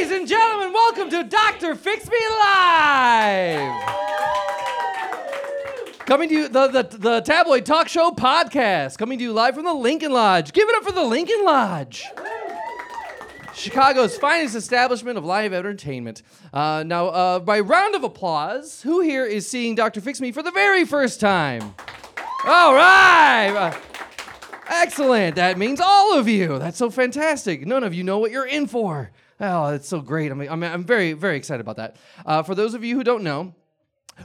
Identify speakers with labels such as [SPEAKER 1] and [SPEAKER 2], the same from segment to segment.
[SPEAKER 1] gentlemen, welcome to Dr. Fix Me Live! Coming to you, the, the, the tabloid talk show podcast, coming to you live from the Lincoln Lodge. Give it up for the Lincoln Lodge! Chicago's finest establishment of live entertainment. Uh, now, uh, by round of applause, who here is seeing Dr. Fix Me for the very first time? All right! Uh, Excellent. That means all of you. That's so fantastic. None of you know what you're in for. Oh, that's so great. I'm, I'm, I'm very, very excited about that. Uh, for those of you who don't know,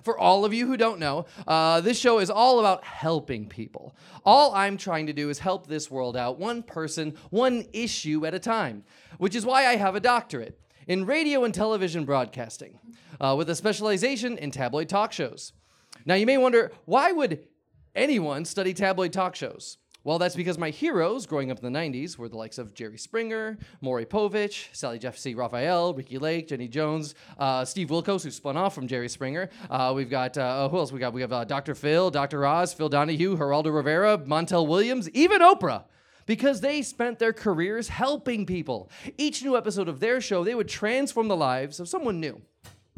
[SPEAKER 1] for all of you who don't know, uh, this show is all about helping people. All I'm trying to do is help this world out, one person, one issue at a time, which is why I have a doctorate in radio and television broadcasting, uh, with a specialization in tabloid talk shows. Now, you may wonder why would anyone study tabloid talk shows? Well, that's because my heroes growing up in the 90s were the likes of Jerry Springer, Maury Povich, Sally Jeffsey Raphael, Ricky Lake, Jenny Jones, uh, Steve Wilkos, who spun off from Jerry Springer. Uh, we've got, uh, who else we got? We have uh, Dr. Phil, Dr. Oz, Phil Donahue, Geraldo Rivera, Montel Williams, even Oprah because they spent their careers helping people. Each new episode of their show, they would transform the lives of someone new.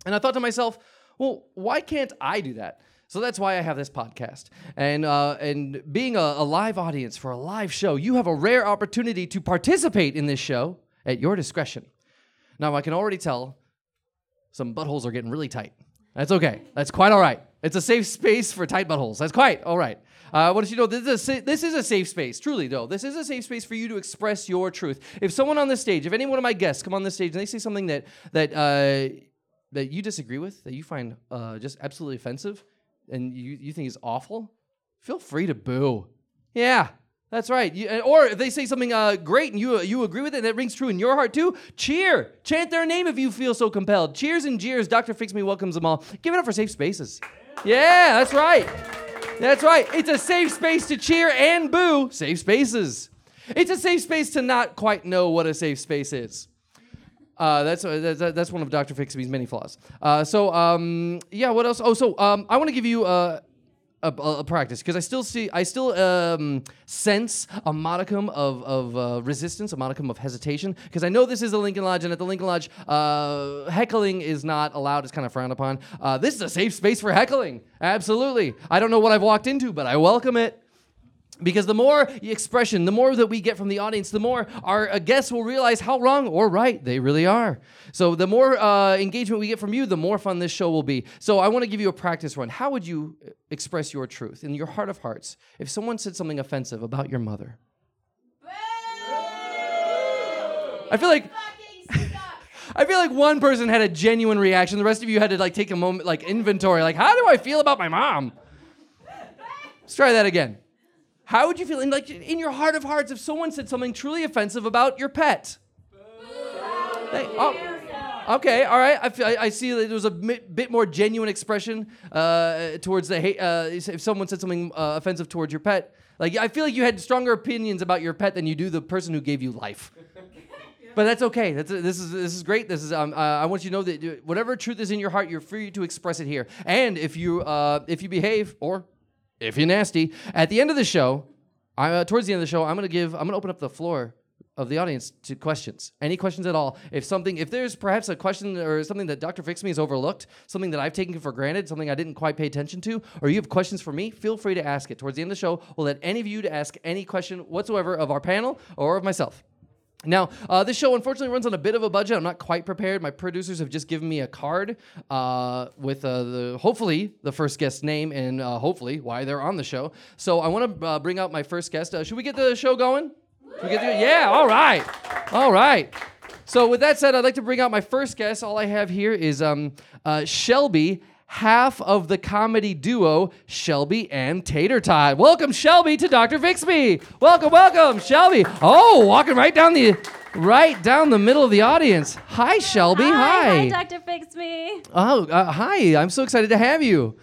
[SPEAKER 1] And I thought to myself, well, why can't I do that? So that's why I have this podcast. And, uh, and being a, a live audience for a live show, you have a rare opportunity to participate in this show at your discretion. Now, I can already tell some buttholes are getting really tight. That's okay. That's quite all right. It's a safe space for tight buttholes. That's quite all right. Uh, what did you know? This is, a sa- this is a safe space, truly, though. This is a safe space for you to express your truth. If someone on this stage, if any one of my guests come on this stage and they say something that that uh, that you disagree with, that you find uh, just absolutely offensive, and you, you think is awful, feel free to boo. Yeah, that's right. You, and- or if they say something uh, great and you uh, you agree with it and that rings true in your heart too, cheer. Chant their name if you feel so compelled. Cheers and jeers. Dr. Fix Me welcomes them all. Give it up for safe spaces. Yeah, that's right. That's right. It's a safe space to cheer and boo. Safe spaces. It's a safe space to not quite know what a safe space is. Uh, that's, uh, that's that's one of Dr. Fixby's many flaws. Uh, so um, yeah, what else? Oh, so um, I want to give you uh, a, a, a practice because I still see I still um, sense a modicum of of uh, resistance, a modicum of hesitation because I know this is the Lincoln Lodge and at the Lincoln Lodge uh, heckling is not allowed; it's kind of frowned upon. Uh, this is a safe space for heckling. Absolutely, I don't know what I've walked into, but I welcome it. Because the more expression, the more that we get from the audience, the more our uh, guests will realize how wrong or right they really are. So the more uh, engagement we get from you, the more fun this show will be. So I want to give you a practice run. How would you uh, express your truth in your heart of hearts if someone said something offensive about your mother? I feel like I feel like one person had a genuine reaction. The rest of you had to like take a moment, like inventory, like how do I feel about my mom? Let's try that again. How would you feel in like in your heart of hearts if someone said something truly offensive about your pet? Hey, oh, okay, all right. I, feel, I, I see that there was a mi- bit more genuine expression uh, towards the hate. Uh, if someone said something uh, offensive towards your pet, like I feel like you had stronger opinions about your pet than you do the person who gave you life. But that's okay. That's this is this is great. This is um, uh, I want you to know that you- whatever truth is in your heart, you're free to express it here. And if you uh, if you behave or if you're nasty, at the end of the show, I, uh, towards the end of the show, I'm gonna give I'm gonna open up the floor of the audience to questions. Any questions at all? If something, if there's perhaps a question or something that Dr. Fix Me has overlooked, something that I've taken for granted, something I didn't quite pay attention to, or you have questions for me, feel free to ask it. Towards the end of the show, we'll let any of you to ask any question whatsoever of our panel or of myself. Now, uh, this show unfortunately runs on a bit of a budget. I'm not quite prepared. My producers have just given me a card uh, with uh, the hopefully the first guest name and uh, hopefully why they're on the show. So I want to uh, bring out my first guest. Uh, should we get the show going? Should we get the- yeah. All right. All right. So with that said, I'd like to bring out my first guest. All I have here is um, uh, Shelby, half of the comedy duo Shelby and Tater Tot. Welcome Shelby to Dr. Fixby. Welcome, welcome, Shelby. Oh, walking right down the right down the middle of the audience. Hi, Shelby.
[SPEAKER 2] Hi, Dr. Fix Me.
[SPEAKER 1] Oh, uh, hi! I'm so excited to have you.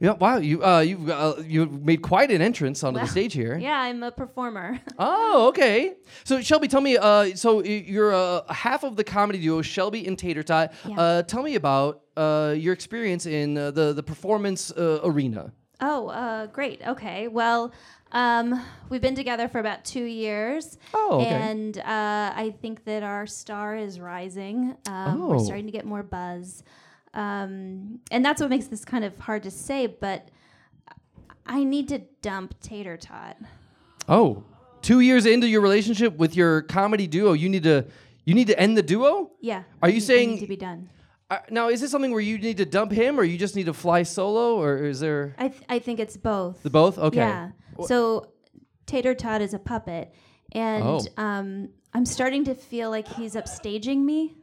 [SPEAKER 1] Yeah, wow, you uh, you uh, you made quite an entrance onto the stage here.
[SPEAKER 2] Yeah, I'm a performer.
[SPEAKER 1] Oh, okay. So Shelby, tell me. Uh, so y- you're uh, half of the comedy duo Shelby and Tater Tot.
[SPEAKER 2] Yeah.
[SPEAKER 1] Uh, tell me about uh, your experience in uh, the the performance uh, arena.
[SPEAKER 2] Oh, uh, great. Okay. Well, um, we've been together for about two years.
[SPEAKER 1] Oh, okay.
[SPEAKER 2] And uh, I think that our star is rising. Um,
[SPEAKER 1] Oh.
[SPEAKER 2] We're starting to get more buzz. Um, and that's what makes this kind of hard to say, but I need to dump Tater Tot.
[SPEAKER 1] Oh, two years into your relationship with your comedy duo, you need to you need to end the duo.
[SPEAKER 2] Yeah. I
[SPEAKER 1] Are you
[SPEAKER 2] need- I
[SPEAKER 1] saying-
[SPEAKER 2] need to be done?
[SPEAKER 1] Uh, now, is this something where you need to dump him, or you just need to fly solo, or is there
[SPEAKER 2] I, th- I think it's both.
[SPEAKER 1] the both? Okay.
[SPEAKER 2] Yeah. So Tater Tot is a puppet, and
[SPEAKER 1] Oh.
[SPEAKER 2] um, I'm starting to feel like he's upstaging me.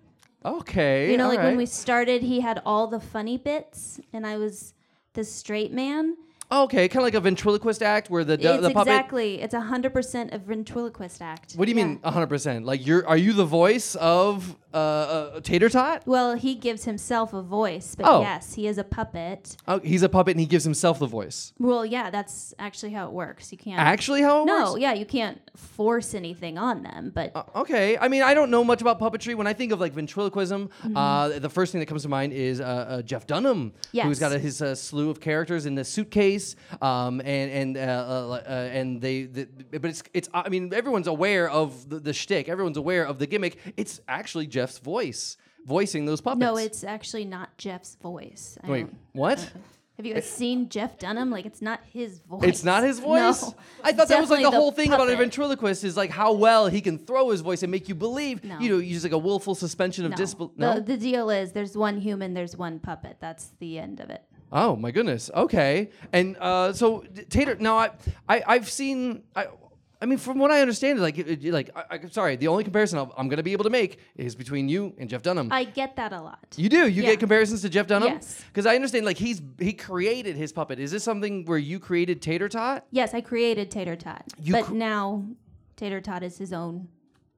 [SPEAKER 1] Okay.
[SPEAKER 2] You know, like when
[SPEAKER 1] Eh, alright.
[SPEAKER 2] we started, he had all the funny bits, and I was the straight man.
[SPEAKER 1] Okay, kind of like a ventriloquist act where the the,
[SPEAKER 2] it's
[SPEAKER 1] the puppet.
[SPEAKER 2] exactly. It's hundred percent a ventriloquist act.
[SPEAKER 1] What do you
[SPEAKER 2] Yeah.
[SPEAKER 1] mean, 100? percent Like you're are you the voice of uh, uh Tater Tot?
[SPEAKER 2] Well, he gives himself a voice, but
[SPEAKER 1] Oh.
[SPEAKER 2] yes, he is a puppet.
[SPEAKER 1] Oh, he's a puppet and he gives himself the voice.
[SPEAKER 2] Well, yeah, that's actually how it works. You can't.
[SPEAKER 1] Actually, how it
[SPEAKER 2] no,
[SPEAKER 1] works?
[SPEAKER 2] yeah, you can't force anything on them, but
[SPEAKER 1] Uh, okay, I mean, I don't know much about puppetry. When I think of like ventriloquism,
[SPEAKER 2] Mm-hmm.
[SPEAKER 1] uh, the first thing that comes to mind is uh, uh, Jeff Dunham, who's
[SPEAKER 2] Yes.
[SPEAKER 1] got a, his uh, slew of characters in the suitcase, um, and and uh, uh, uh, and they. The, but it's it's. I mean, everyone's aware of the, the shtick. Everyone's aware of the gimmick. It's actually Jeff's voice voicing those puppets.
[SPEAKER 2] no, it's Uh-uh. actually not Jeff's voice. I
[SPEAKER 1] wait,
[SPEAKER 2] don't-
[SPEAKER 1] what?
[SPEAKER 2] Have you guys seen Jeff Dunham? Like, it's not his voice.
[SPEAKER 1] It's not his
[SPEAKER 2] No.
[SPEAKER 1] voice. I
[SPEAKER 2] It's
[SPEAKER 1] thought that was like
[SPEAKER 2] definitely
[SPEAKER 1] the, whole thing about a
[SPEAKER 2] puppet.
[SPEAKER 1] ventriloquist is like how well he can throw his voice and make you believe.
[SPEAKER 2] No.
[SPEAKER 1] You know, use like a willful suspension of disbelief.
[SPEAKER 2] No. The, the deal is there's one human, there's one puppet. That's the end of it.
[SPEAKER 1] Oh my goodness. Okay. And uh, so d- Tater. Now I, I I've seen. I, I mean, from what I understand, like, it, it- like, I, am sorry. The only comparison I'll, I'm going to be able to make is between you and Jeff Dunham.
[SPEAKER 2] I get that a lot.
[SPEAKER 1] you do. You
[SPEAKER 2] Yeah.
[SPEAKER 1] get comparisons to Jeff Dunham.
[SPEAKER 2] Yes.
[SPEAKER 1] Because I understand, like, he's he created his puppet. Is this something where you created Tater Tot?
[SPEAKER 2] yes, I created Tater Tot.
[SPEAKER 1] You
[SPEAKER 2] but
[SPEAKER 1] cr-
[SPEAKER 2] now Tater Tot is his own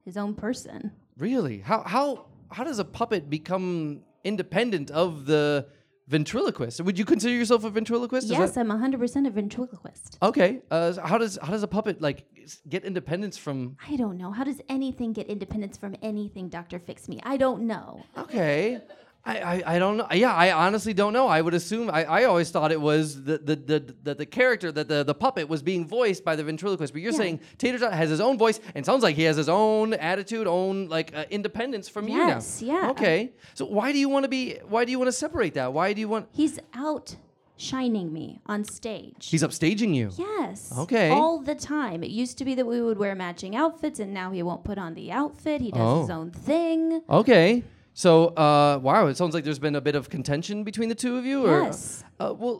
[SPEAKER 2] his own person.
[SPEAKER 1] Really? How how how does a puppet become independent of the ventriloquist? Would you consider yourself a ventriloquist? Is
[SPEAKER 2] yes,
[SPEAKER 1] that-
[SPEAKER 2] I'm 100% a ventriloquist.
[SPEAKER 1] okay. Uh, so how does how does a puppet like s- get independence from?
[SPEAKER 2] I don't know. How does anything get independence from anything, Dr. Fix Me? I don't know.
[SPEAKER 1] Okay. I, I, I don't know. Yeah, I honestly don't know. I would assume I, I always thought it was the the, the, the the character that the, the puppet was being voiced by the ventriloquist. But you're
[SPEAKER 2] Yeah.
[SPEAKER 1] saying Tater Tot has his own voice and sounds like he has his own attitude, own like uh, independence from
[SPEAKER 2] Yes,
[SPEAKER 1] you now.
[SPEAKER 2] yeah.
[SPEAKER 1] Okay. So why do you want to be? Why do you want to separate that? Why do you want?
[SPEAKER 2] He's out shining me on stage.
[SPEAKER 1] He's upstaging you.
[SPEAKER 2] Yes.
[SPEAKER 1] Okay.
[SPEAKER 2] All the time. It used to be that we would wear matching outfits, and now he won't put on the outfit. He does his
[SPEAKER 1] Oh.
[SPEAKER 2] own thing.
[SPEAKER 1] Okay. So, uh, wow, it sounds like there's been a bit of contention between the two of you. Or,
[SPEAKER 2] Yes.
[SPEAKER 1] Uh, well,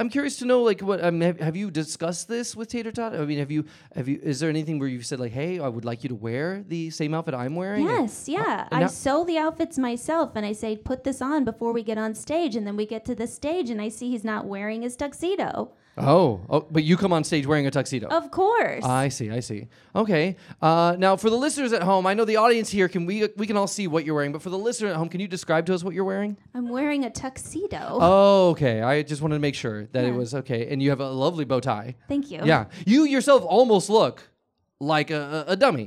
[SPEAKER 1] I'm curious to know, like, what um, have, have you discussed this with Tater Tot? I mean, have you have you is there anything where you've said like, hey, I would like you to wear the same outfit I'm wearing? And-
[SPEAKER 2] Yes, yeah.
[SPEAKER 1] Uh, and
[SPEAKER 2] I
[SPEAKER 1] now-
[SPEAKER 2] sew the outfits myself, and I say, put this on before we get on stage. And then we get to the stage, and I see he's not wearing his tuxedo.
[SPEAKER 1] Oh, oh, but you come on stage wearing a tuxedo.
[SPEAKER 2] Of course.
[SPEAKER 1] I see. I see. Okay. Uh, now, for the listeners at home, I know the audience here can we we can all see what you're wearing, but for the listener at home, can you describe to us what you're wearing?
[SPEAKER 2] I'm wearing a tuxedo.
[SPEAKER 1] Oh, okay. I just wanted to make sure that it
[SPEAKER 2] Yeah.
[SPEAKER 1] was okay. And you have a lovely bow tie.
[SPEAKER 2] Thank you.
[SPEAKER 1] Yeah, you yourself almost look like a, a, a dummy.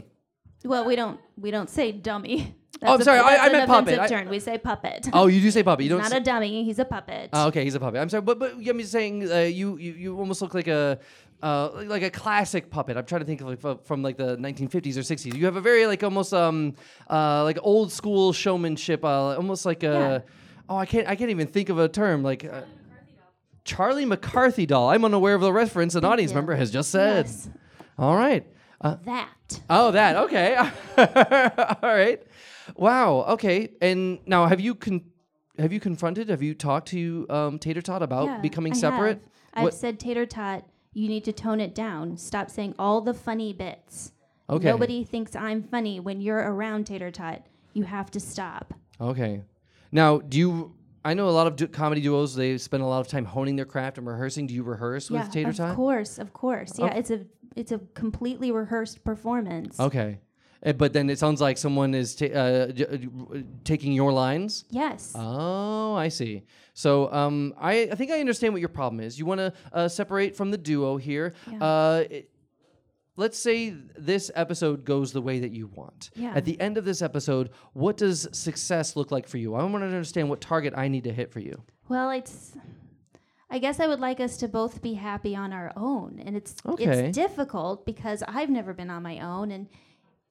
[SPEAKER 2] Well, we don't we don't say dummy.
[SPEAKER 1] Oh, I'm
[SPEAKER 2] That's a-
[SPEAKER 1] sorry, I-
[SPEAKER 2] that's
[SPEAKER 1] I
[SPEAKER 2] an
[SPEAKER 1] meant puppet.
[SPEAKER 2] offensive
[SPEAKER 1] I-
[SPEAKER 2] Turn. We say puppet.
[SPEAKER 1] Oh, you do say puppet. You
[SPEAKER 2] he's
[SPEAKER 1] don't.
[SPEAKER 2] not
[SPEAKER 1] say-
[SPEAKER 2] a dummy. He's a puppet.
[SPEAKER 1] oh, okay, he's a puppet. I'm sorry, but but I'm just saying uh, you, you you almost look like a. Uh, like a classic puppet. I'm trying to think of like fro- from like the 1950s or 60s. You have a very like almost um uh like old school showmanship. Uh, almost like a oh I can't I can't even think of a term like uh, Charlie McCarthy doll. I'm unaware of the reference an audience
[SPEAKER 2] you.
[SPEAKER 1] member has just said.
[SPEAKER 2] Yes.
[SPEAKER 1] All right. Uh,
[SPEAKER 2] that.
[SPEAKER 1] Oh, that. Okay. All right. Wow. Okay. And now, have you con- have you confronted? Have you talked to um, Tater Tot about
[SPEAKER 2] Yeah,
[SPEAKER 1] becoming
[SPEAKER 2] I
[SPEAKER 1] separate?
[SPEAKER 2] have. I've
[SPEAKER 1] What-
[SPEAKER 2] said tater tot. You need to tone it down. Stop saying all the funny bits.
[SPEAKER 1] Okay.
[SPEAKER 2] Nobody thinks I'm funny when you're around tater tot. You have to stop.
[SPEAKER 1] Okay. Now, do you? I know a lot of du- comedy duos. They spend a lot of time honing their craft and rehearsing. Do you rehearse
[SPEAKER 2] yeah,
[SPEAKER 1] with Tater
[SPEAKER 2] of
[SPEAKER 1] Tot?
[SPEAKER 2] course, of course. Yeah, it's a it's a completely rehearsed performance.
[SPEAKER 1] Okay. Eh, But then it sounds like someone is ta- uh, j- uh, r- taking your lines.
[SPEAKER 2] Yes.
[SPEAKER 1] Oh, I see. So um, I, I think I understand what your problem is. You want to uh, separate from the duo here.
[SPEAKER 2] Yeah.
[SPEAKER 1] Uh, it- let's say this episode goes the way that you want.
[SPEAKER 2] Yeah.
[SPEAKER 1] At the end of this episode, what does success look like for you? I want to understand what target I need to hit for you.
[SPEAKER 2] well, it's I guess I would like us to both be happy on our own. And it's
[SPEAKER 1] Okay.
[SPEAKER 2] it's difficult because I've never been on my own and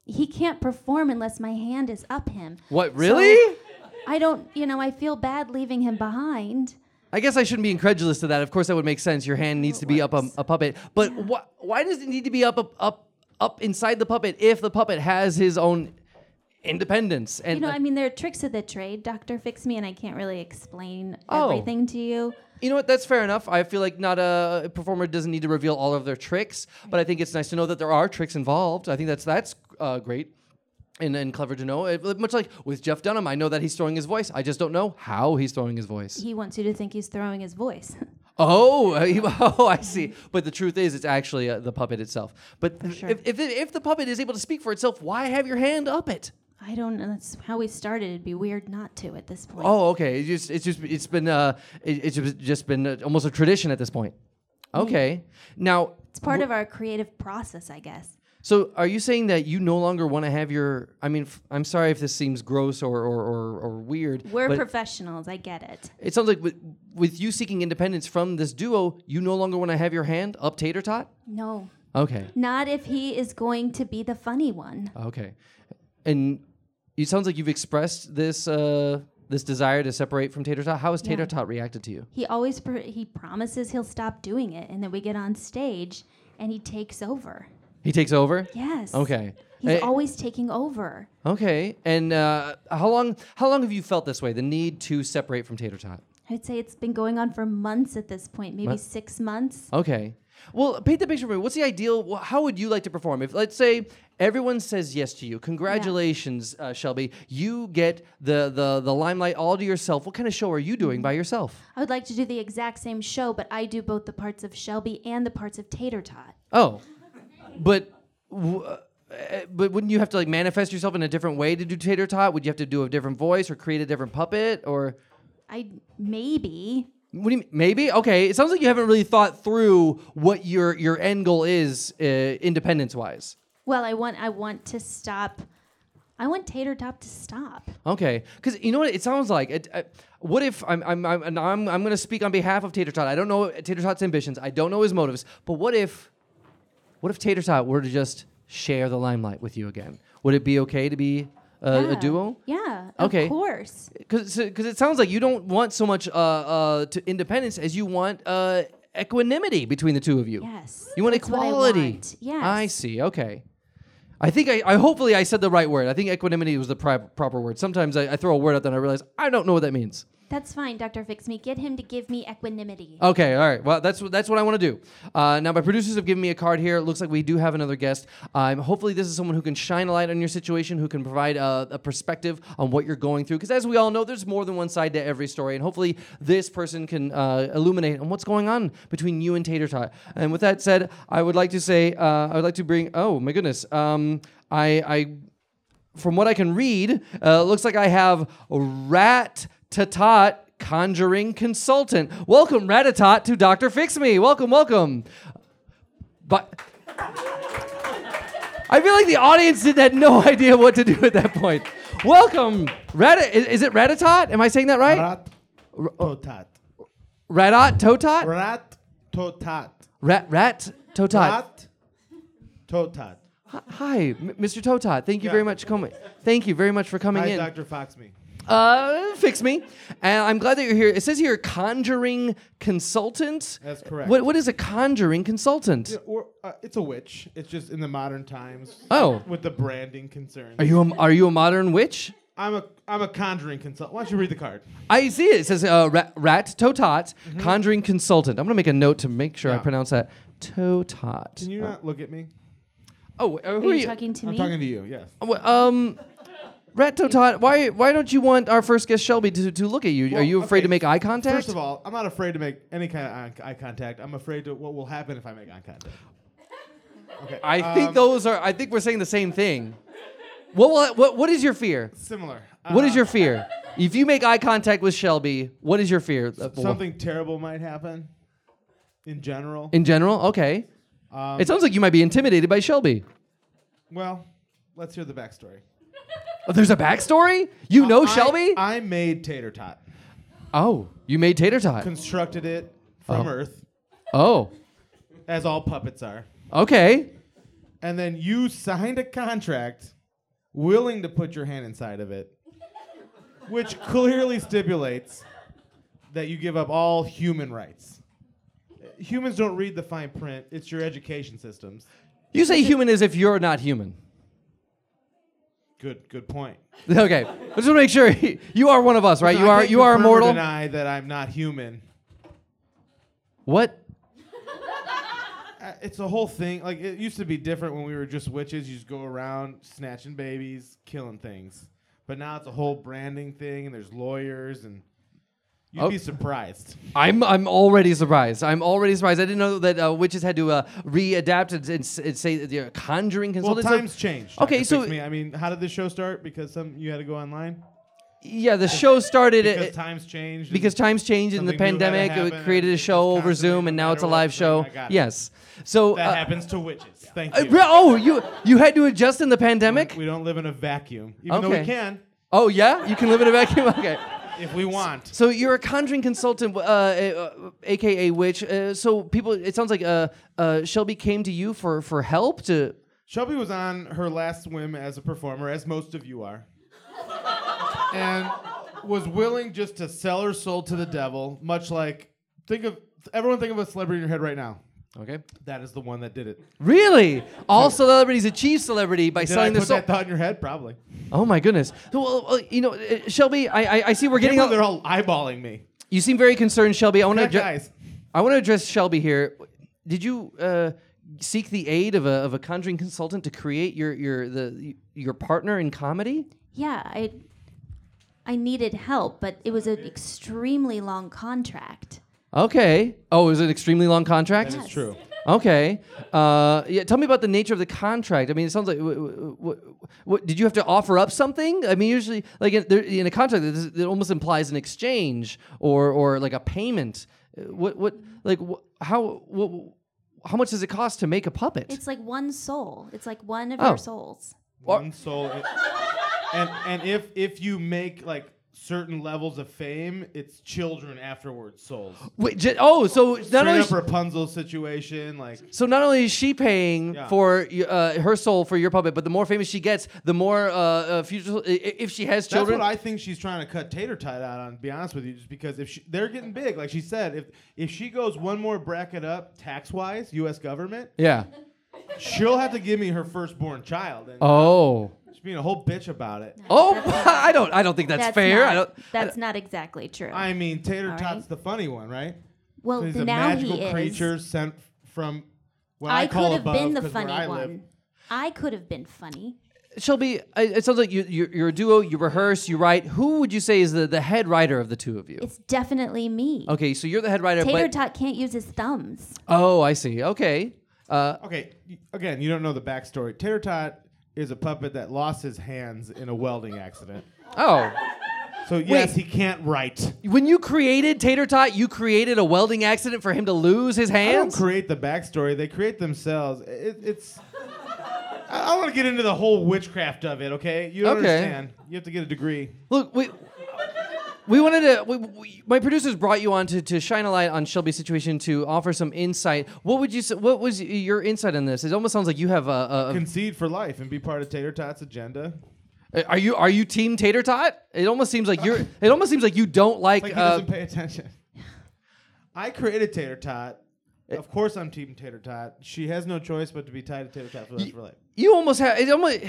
[SPEAKER 2] he can't perform unless my hand is up him.
[SPEAKER 1] What,
[SPEAKER 2] So
[SPEAKER 1] really?
[SPEAKER 2] I don't, you know, I feel bad leaving him behind.
[SPEAKER 1] I guess I shouldn't be incredulous to that. Of course, that would make sense. Your hand needs to be up a, a puppet. But wh- why does it need to be up, up, up, up inside the puppet if the puppet has his own independence? And
[SPEAKER 2] You know,
[SPEAKER 1] uh,
[SPEAKER 2] I mean, there are tricks of the trade, Doctor Fix Me, and I can't really explain
[SPEAKER 1] Oh.
[SPEAKER 2] everything to you.
[SPEAKER 1] you know what? That's fair enough. I feel like not a performer doesn't need to reveal all of their tricks, but I think it's nice to know that there are tricks involved. I think that's that's uh, great. And, and clever to know. Uh, Much like with Jeff Dunham, I know that he's throwing his voice. I just don't know how he's throwing his voice.
[SPEAKER 2] He wants you to think he's throwing his voice.
[SPEAKER 1] Oh, uh, you- oh, I see. But the truth is, it's actually uh, the puppet itself. But th-
[SPEAKER 2] sure.
[SPEAKER 1] if, if, it- if the puppet is able to speak for itself, why have your hand up it?
[SPEAKER 2] I don't know. That's how we started. It'd be weird not to at this point.
[SPEAKER 1] Oh, okay. It's just it's just it's been uh, it, it's just- just been uh, almost a tradition at this point. Okay. Now,
[SPEAKER 2] It's part of our creative process, I guess.
[SPEAKER 1] so are you saying that you no longer want to have your? I mean, f- I'm sorry if this seems gross or or, or, or weird.
[SPEAKER 2] We're
[SPEAKER 1] but
[SPEAKER 2] professionals. I get it.
[SPEAKER 1] it sounds like with, with you seeking independence from this duo, you no longer want to have your hand up tater tot.
[SPEAKER 2] No,
[SPEAKER 1] Okay.
[SPEAKER 2] not if he is going to be the funny one.
[SPEAKER 1] Okay, and it sounds like you've expressed this uh, this desire to separate from Tater Tot. How has Tater Tot reacted to you?
[SPEAKER 2] He always pr- he promises he'll stop doing it, and then we get on stage, and he takes over.
[SPEAKER 1] He takes over.
[SPEAKER 2] Yes.
[SPEAKER 1] Okay.
[SPEAKER 2] He's
[SPEAKER 1] Eh,
[SPEAKER 2] always taking over.
[SPEAKER 1] okay. And uh, how long how long have you felt this way? The need to separate from Tater Tot.
[SPEAKER 2] I'd say it's been going on for months at this point, maybe
[SPEAKER 1] Month-
[SPEAKER 2] six months.
[SPEAKER 1] Okay. Well, paint the picture for me. What's the ideal? wh- How would you like to perform? If let's say everyone says yes to you, congratulations, uh, Shelby. You get the, the the limelight all to yourself. What kind of show are you doing by yourself?
[SPEAKER 2] I would like to do the exact same show, but I do both the parts of Shelby and the parts of Tater Tot.
[SPEAKER 1] Oh, but w- uh, but wouldn't you have to like manifest yourself in a different way to do tater tot? Would you have to do a different voice or create a different puppet or?
[SPEAKER 2] I maybe
[SPEAKER 1] What do you mean? Maybe okay. It sounds like you haven't really thought through what your your end goal is, uh, independence wise.
[SPEAKER 2] well, I want I want to stop. I want Tater Tot to stop.
[SPEAKER 1] Okay, because you know what it sounds like. It, uh, what if I'm I'm I'm and I'm, I'm going to speak on behalf of Tater Tot? I don't know Tater Tot's ambitions. I don't know his motives. But what if, what if Tater Tot were to just share the limelight with you again? Would it be okay to be uh,
[SPEAKER 2] Yeah.
[SPEAKER 1] a duo?
[SPEAKER 2] Yeah.
[SPEAKER 1] Okay.
[SPEAKER 2] Of course.
[SPEAKER 1] because it sounds like you don't want so much uh, uh, to independence as you want uh, equanimity between the two of you.
[SPEAKER 2] Yes.
[SPEAKER 1] You want
[SPEAKER 2] That's what I
[SPEAKER 1] equality.
[SPEAKER 2] want. Yes.
[SPEAKER 1] I see. Okay. I think I, I hopefully I said the right word. I think equanimity was the pri- proper word. Sometimes I, I throw a word out there and I realize I don't know what that means.
[SPEAKER 2] That's fine, Doctor Fix Me. Get him to give me equanimity.
[SPEAKER 1] Okay, all right. Well, that's that's what I want to do. Uh, now, my producers have given me a card here. It looks like we do have another guest. Um, hopefully, this is someone who can shine a light on your situation, who can provide a, a perspective on what you're going through. Because as we all know, there's more than one side to every story, and hopefully, this person can uh, illuminate on what's going on between you and Tater Tot. And with that said, I would like to say uh, I would like to bring. Oh my goodness. Um, I I from what I can read, uh, it looks like I have Rat Tatat Conjuring Consultant. Welcome, Ratatat, to Dr. Fix Me. Welcome, welcome. But I feel like the audience did had no idea what to do at that point. Welcome, Rat. Is, is it Ratatat? Am I saying that right?
[SPEAKER 3] Rat
[SPEAKER 1] uh,
[SPEAKER 3] totat.
[SPEAKER 1] Ratot Totot?
[SPEAKER 3] Rat totat.
[SPEAKER 1] Rat Rat Totot.
[SPEAKER 3] Rat totat.
[SPEAKER 1] Hi, M- Mr. Totot. Thank you very
[SPEAKER 3] Yeah.
[SPEAKER 1] much coming. Thank you very much for coming
[SPEAKER 3] Hi,
[SPEAKER 1] in.
[SPEAKER 3] Dr. Foxme.
[SPEAKER 1] Uh, fix me. And I'm glad that you're here. It says here conjuring consultant.
[SPEAKER 3] That's correct.
[SPEAKER 1] What what is a conjuring consultant?
[SPEAKER 3] Or, uh, it's a witch. It's just in the modern times.
[SPEAKER 1] Oh.
[SPEAKER 3] With the branding concern.
[SPEAKER 1] Are you a, are you a modern witch?
[SPEAKER 3] I'm a I'm a conjuring consultant. Why don't you read the card?
[SPEAKER 1] I see it. It says uh, rat, rat totot conjuring consultant. I'm gonna make a note to make sure I
[SPEAKER 3] Mm-hmm. Yeah.
[SPEAKER 1] pronounce that totot.
[SPEAKER 3] Can you not look at me?
[SPEAKER 1] oh, uh,
[SPEAKER 2] Are
[SPEAKER 1] who
[SPEAKER 2] you,
[SPEAKER 1] are you?
[SPEAKER 2] talking to
[SPEAKER 3] I'm
[SPEAKER 2] me?
[SPEAKER 3] talking to you. Yes.
[SPEAKER 1] Oh, wh- um, rat totot. Why why don't you want our first guest Shelby to, to look at you? are
[SPEAKER 3] Well,
[SPEAKER 1] you afraid
[SPEAKER 3] okay,
[SPEAKER 1] to make eye contact?
[SPEAKER 3] First of all, I'm not afraid to make any kind of eye- eye contact. I'm afraid to what will happen if I make eye contact. Okay.
[SPEAKER 1] I think
[SPEAKER 3] um,
[SPEAKER 1] those are. I think we're saying the same thing. What will, what what is your fear?
[SPEAKER 3] similar.
[SPEAKER 1] What is
[SPEAKER 3] Uh,
[SPEAKER 1] your fear? If you make eye contact with Shelby, what is your fear? Uh,
[SPEAKER 3] something terrible might happen? In general.
[SPEAKER 1] in general. Okay,
[SPEAKER 3] Um,
[SPEAKER 1] it sounds like you might be intimidated by Shelby.
[SPEAKER 3] Well, let's hear the backstory.
[SPEAKER 1] Oh, there's a backstory. You know
[SPEAKER 3] I-
[SPEAKER 1] Shelby.
[SPEAKER 3] I made Tater Tot,
[SPEAKER 1] oh, you made tater tot.
[SPEAKER 3] constructed it, from
[SPEAKER 1] Oh.
[SPEAKER 3] Earth,
[SPEAKER 1] Oh,
[SPEAKER 3] as all puppets are.
[SPEAKER 1] okay.
[SPEAKER 3] And then you signed a contract willing to put your hand inside of it, which clearly stipulates that you give up all human rights. Humans don't read the fine print, it's your education systems.
[SPEAKER 1] You say human as if you're not human.
[SPEAKER 3] Good, good point.
[SPEAKER 1] Okay, I just want to make sure you are one of us, right? You
[SPEAKER 3] I
[SPEAKER 1] are
[SPEAKER 3] can't
[SPEAKER 1] you are
[SPEAKER 3] confirm or
[SPEAKER 1] immortal.
[SPEAKER 3] Deny that I'm not human.
[SPEAKER 1] What?
[SPEAKER 3] Uh, It's a whole thing. Like it used to be different when we were just witches. You just go around snatching babies, killing things. But now it's a whole branding thing, and there's lawyers, and you'd
[SPEAKER 1] Oh.
[SPEAKER 3] be surprised.
[SPEAKER 1] I'm I'm already surprised. I'm already surprised. I didn't know that uh, witches had to uh, readapt and, and, s- and say that they're conjuring
[SPEAKER 3] Well,
[SPEAKER 1] consultants.
[SPEAKER 3] times changed.
[SPEAKER 1] Okay,
[SPEAKER 3] Dr.
[SPEAKER 1] so-
[SPEAKER 3] Fix Me. I mean, how did the show start? Because some you had to go online.
[SPEAKER 1] yeah, the show started
[SPEAKER 3] Because
[SPEAKER 1] it,
[SPEAKER 3] times changed. and-
[SPEAKER 1] because times changed in the
[SPEAKER 3] something new had to
[SPEAKER 1] pandemic. It
[SPEAKER 3] happen,
[SPEAKER 1] created a
[SPEAKER 3] and it's
[SPEAKER 1] show over
[SPEAKER 3] constantly,
[SPEAKER 1] Zoom,
[SPEAKER 3] no
[SPEAKER 1] and now it's a
[SPEAKER 3] matter what,
[SPEAKER 1] live
[SPEAKER 3] thing,
[SPEAKER 1] show.
[SPEAKER 3] I got it.
[SPEAKER 1] Yes. So
[SPEAKER 3] that
[SPEAKER 1] uh,
[SPEAKER 3] happens to witches. Thank
[SPEAKER 1] uh,
[SPEAKER 3] you.
[SPEAKER 1] re- oh, you you had to adjust in the pandemic.
[SPEAKER 3] we don't live in a vacuum, even though
[SPEAKER 1] Okay.
[SPEAKER 3] we can
[SPEAKER 1] Oh yeah, you can live in a vacuum. Okay.
[SPEAKER 3] if we want.
[SPEAKER 1] So you're a conjuring consultant, uh, uh, aka witch. Uh, so people, it sounds like uh, uh, Shelby came to you for for help to.
[SPEAKER 3] Shelby was on her last swim as a performer, as most of you are, and was willing just to sell her soul to the devil, much like think of everyone think of a celebrity in your head right now.
[SPEAKER 1] Okay.
[SPEAKER 3] That is the one that did it.
[SPEAKER 1] Really, all celebrities achieve celebrity by
[SPEAKER 3] Did
[SPEAKER 1] selling
[SPEAKER 3] I
[SPEAKER 1] their
[SPEAKER 3] put
[SPEAKER 1] soul.
[SPEAKER 3] that thought in your head? Probably.
[SPEAKER 1] oh my goodness. So, well, uh, you know, uh, Shelby, I, I I see we're
[SPEAKER 3] Can't
[SPEAKER 1] getting.
[SPEAKER 3] believe they're
[SPEAKER 1] All,
[SPEAKER 3] all eyeballing me.
[SPEAKER 1] you seem very concerned, Shelby. I want to address.
[SPEAKER 3] guys,
[SPEAKER 1] I want to address Shelby here. Did you uh, seek the aid of a of a conjuring consultant to create your your the your partner in comedy?
[SPEAKER 2] Yeah, I I needed help, but it was an extremely long contract.
[SPEAKER 1] Okay. Oh, it was an extremely long contract.
[SPEAKER 3] that is
[SPEAKER 2] Yes.
[SPEAKER 3] true.
[SPEAKER 1] Okay. Uh, yeah. Tell me about the nature of the contract. I mean, it sounds like. W- w- w- what, did you have to offer up something? I mean, usually, like in, there, in a contract, it, is- it almost implies an exchange or or like a payment. Uh, What what like wh- how what, how much does it cost to make a puppet?
[SPEAKER 2] It's like one soul. It's like one of
[SPEAKER 1] Oh.
[SPEAKER 2] your souls.
[SPEAKER 3] one soul. It- and and if if you make like certain levels of fame, it's children afterwards souls.
[SPEAKER 1] Wait, j- oh, so not
[SPEAKER 3] Straight
[SPEAKER 1] only
[SPEAKER 3] up Rapunzel situation, like
[SPEAKER 1] so not only is she paying
[SPEAKER 3] Yeah.
[SPEAKER 1] for y- uh, her soul for your puppet, but the more famous she gets, the more uh, uh, future i- i- if she has children.
[SPEAKER 3] That's what I think she's trying to cut Tater Tot out on. To be honest with you, just because if she, they're getting big, like she said, if if she goes one more bracket up tax wise, U.S. government,
[SPEAKER 1] yeah.
[SPEAKER 3] she'll have to give me her firstborn child, and
[SPEAKER 1] Oh.
[SPEAKER 3] she's being a whole bitch about it.
[SPEAKER 1] Oh, I don't. I don't think that's, fair.
[SPEAKER 2] Not,
[SPEAKER 1] I don't.
[SPEAKER 2] that's not exactly true.
[SPEAKER 3] I mean, Tater
[SPEAKER 2] All
[SPEAKER 3] Tot's
[SPEAKER 2] right.
[SPEAKER 3] the funny one, right?
[SPEAKER 2] well,
[SPEAKER 3] He's
[SPEAKER 2] th-
[SPEAKER 3] a
[SPEAKER 2] now
[SPEAKER 3] magical
[SPEAKER 2] he
[SPEAKER 3] creature
[SPEAKER 2] is.
[SPEAKER 3] sent from what I,
[SPEAKER 2] I
[SPEAKER 3] call
[SPEAKER 2] could have
[SPEAKER 3] above,
[SPEAKER 2] been the
[SPEAKER 3] 'cause where I
[SPEAKER 2] funny
[SPEAKER 3] live.
[SPEAKER 2] one. I could have been funny.
[SPEAKER 1] Shelby, I- it sounds like you, you're, you're a duo. You rehearse. You write. Who would you say is the, the head writer of the two of you?
[SPEAKER 2] It's definitely me.
[SPEAKER 1] okay, so you're the head writer.
[SPEAKER 2] Tater
[SPEAKER 1] but,
[SPEAKER 2] Tot can't use his thumbs.
[SPEAKER 1] oh, I see. Okay. Uh,
[SPEAKER 3] Okay, y- again, you don't know the backstory. Tater Tot is a puppet that lost his hands in a welding accident.
[SPEAKER 1] oh,
[SPEAKER 3] So yes, he can't write.
[SPEAKER 1] when you created Tater Tot, you created a welding accident for him to lose his
[SPEAKER 3] I don't
[SPEAKER 1] hands.
[SPEAKER 3] create the backstory. They create themselves. It, it's. I don't want to get into the whole witchcraft of it. Okay, you don't
[SPEAKER 1] Okay.
[SPEAKER 3] understand. You have to get a degree.
[SPEAKER 1] Look, we we wanted to. We, we, my producers brought you on to, to shine a light on Shelby's situation to offer some insight. What would you? say- What was your insight on this? It almost sounds like you have a. a,
[SPEAKER 3] Concede for life and be part of Tater Tot's agenda.
[SPEAKER 1] a are you are you team Tater Tot? It almost seems like you're. It almost seems like you don't like.
[SPEAKER 3] Like he
[SPEAKER 1] uh,
[SPEAKER 3] doesn't pay attention. I created Tater Tot. Of course, I'm Team Tater Tot. She has no choice but to be tied to Tater Tot for the rest of her life.
[SPEAKER 1] you almost have it almost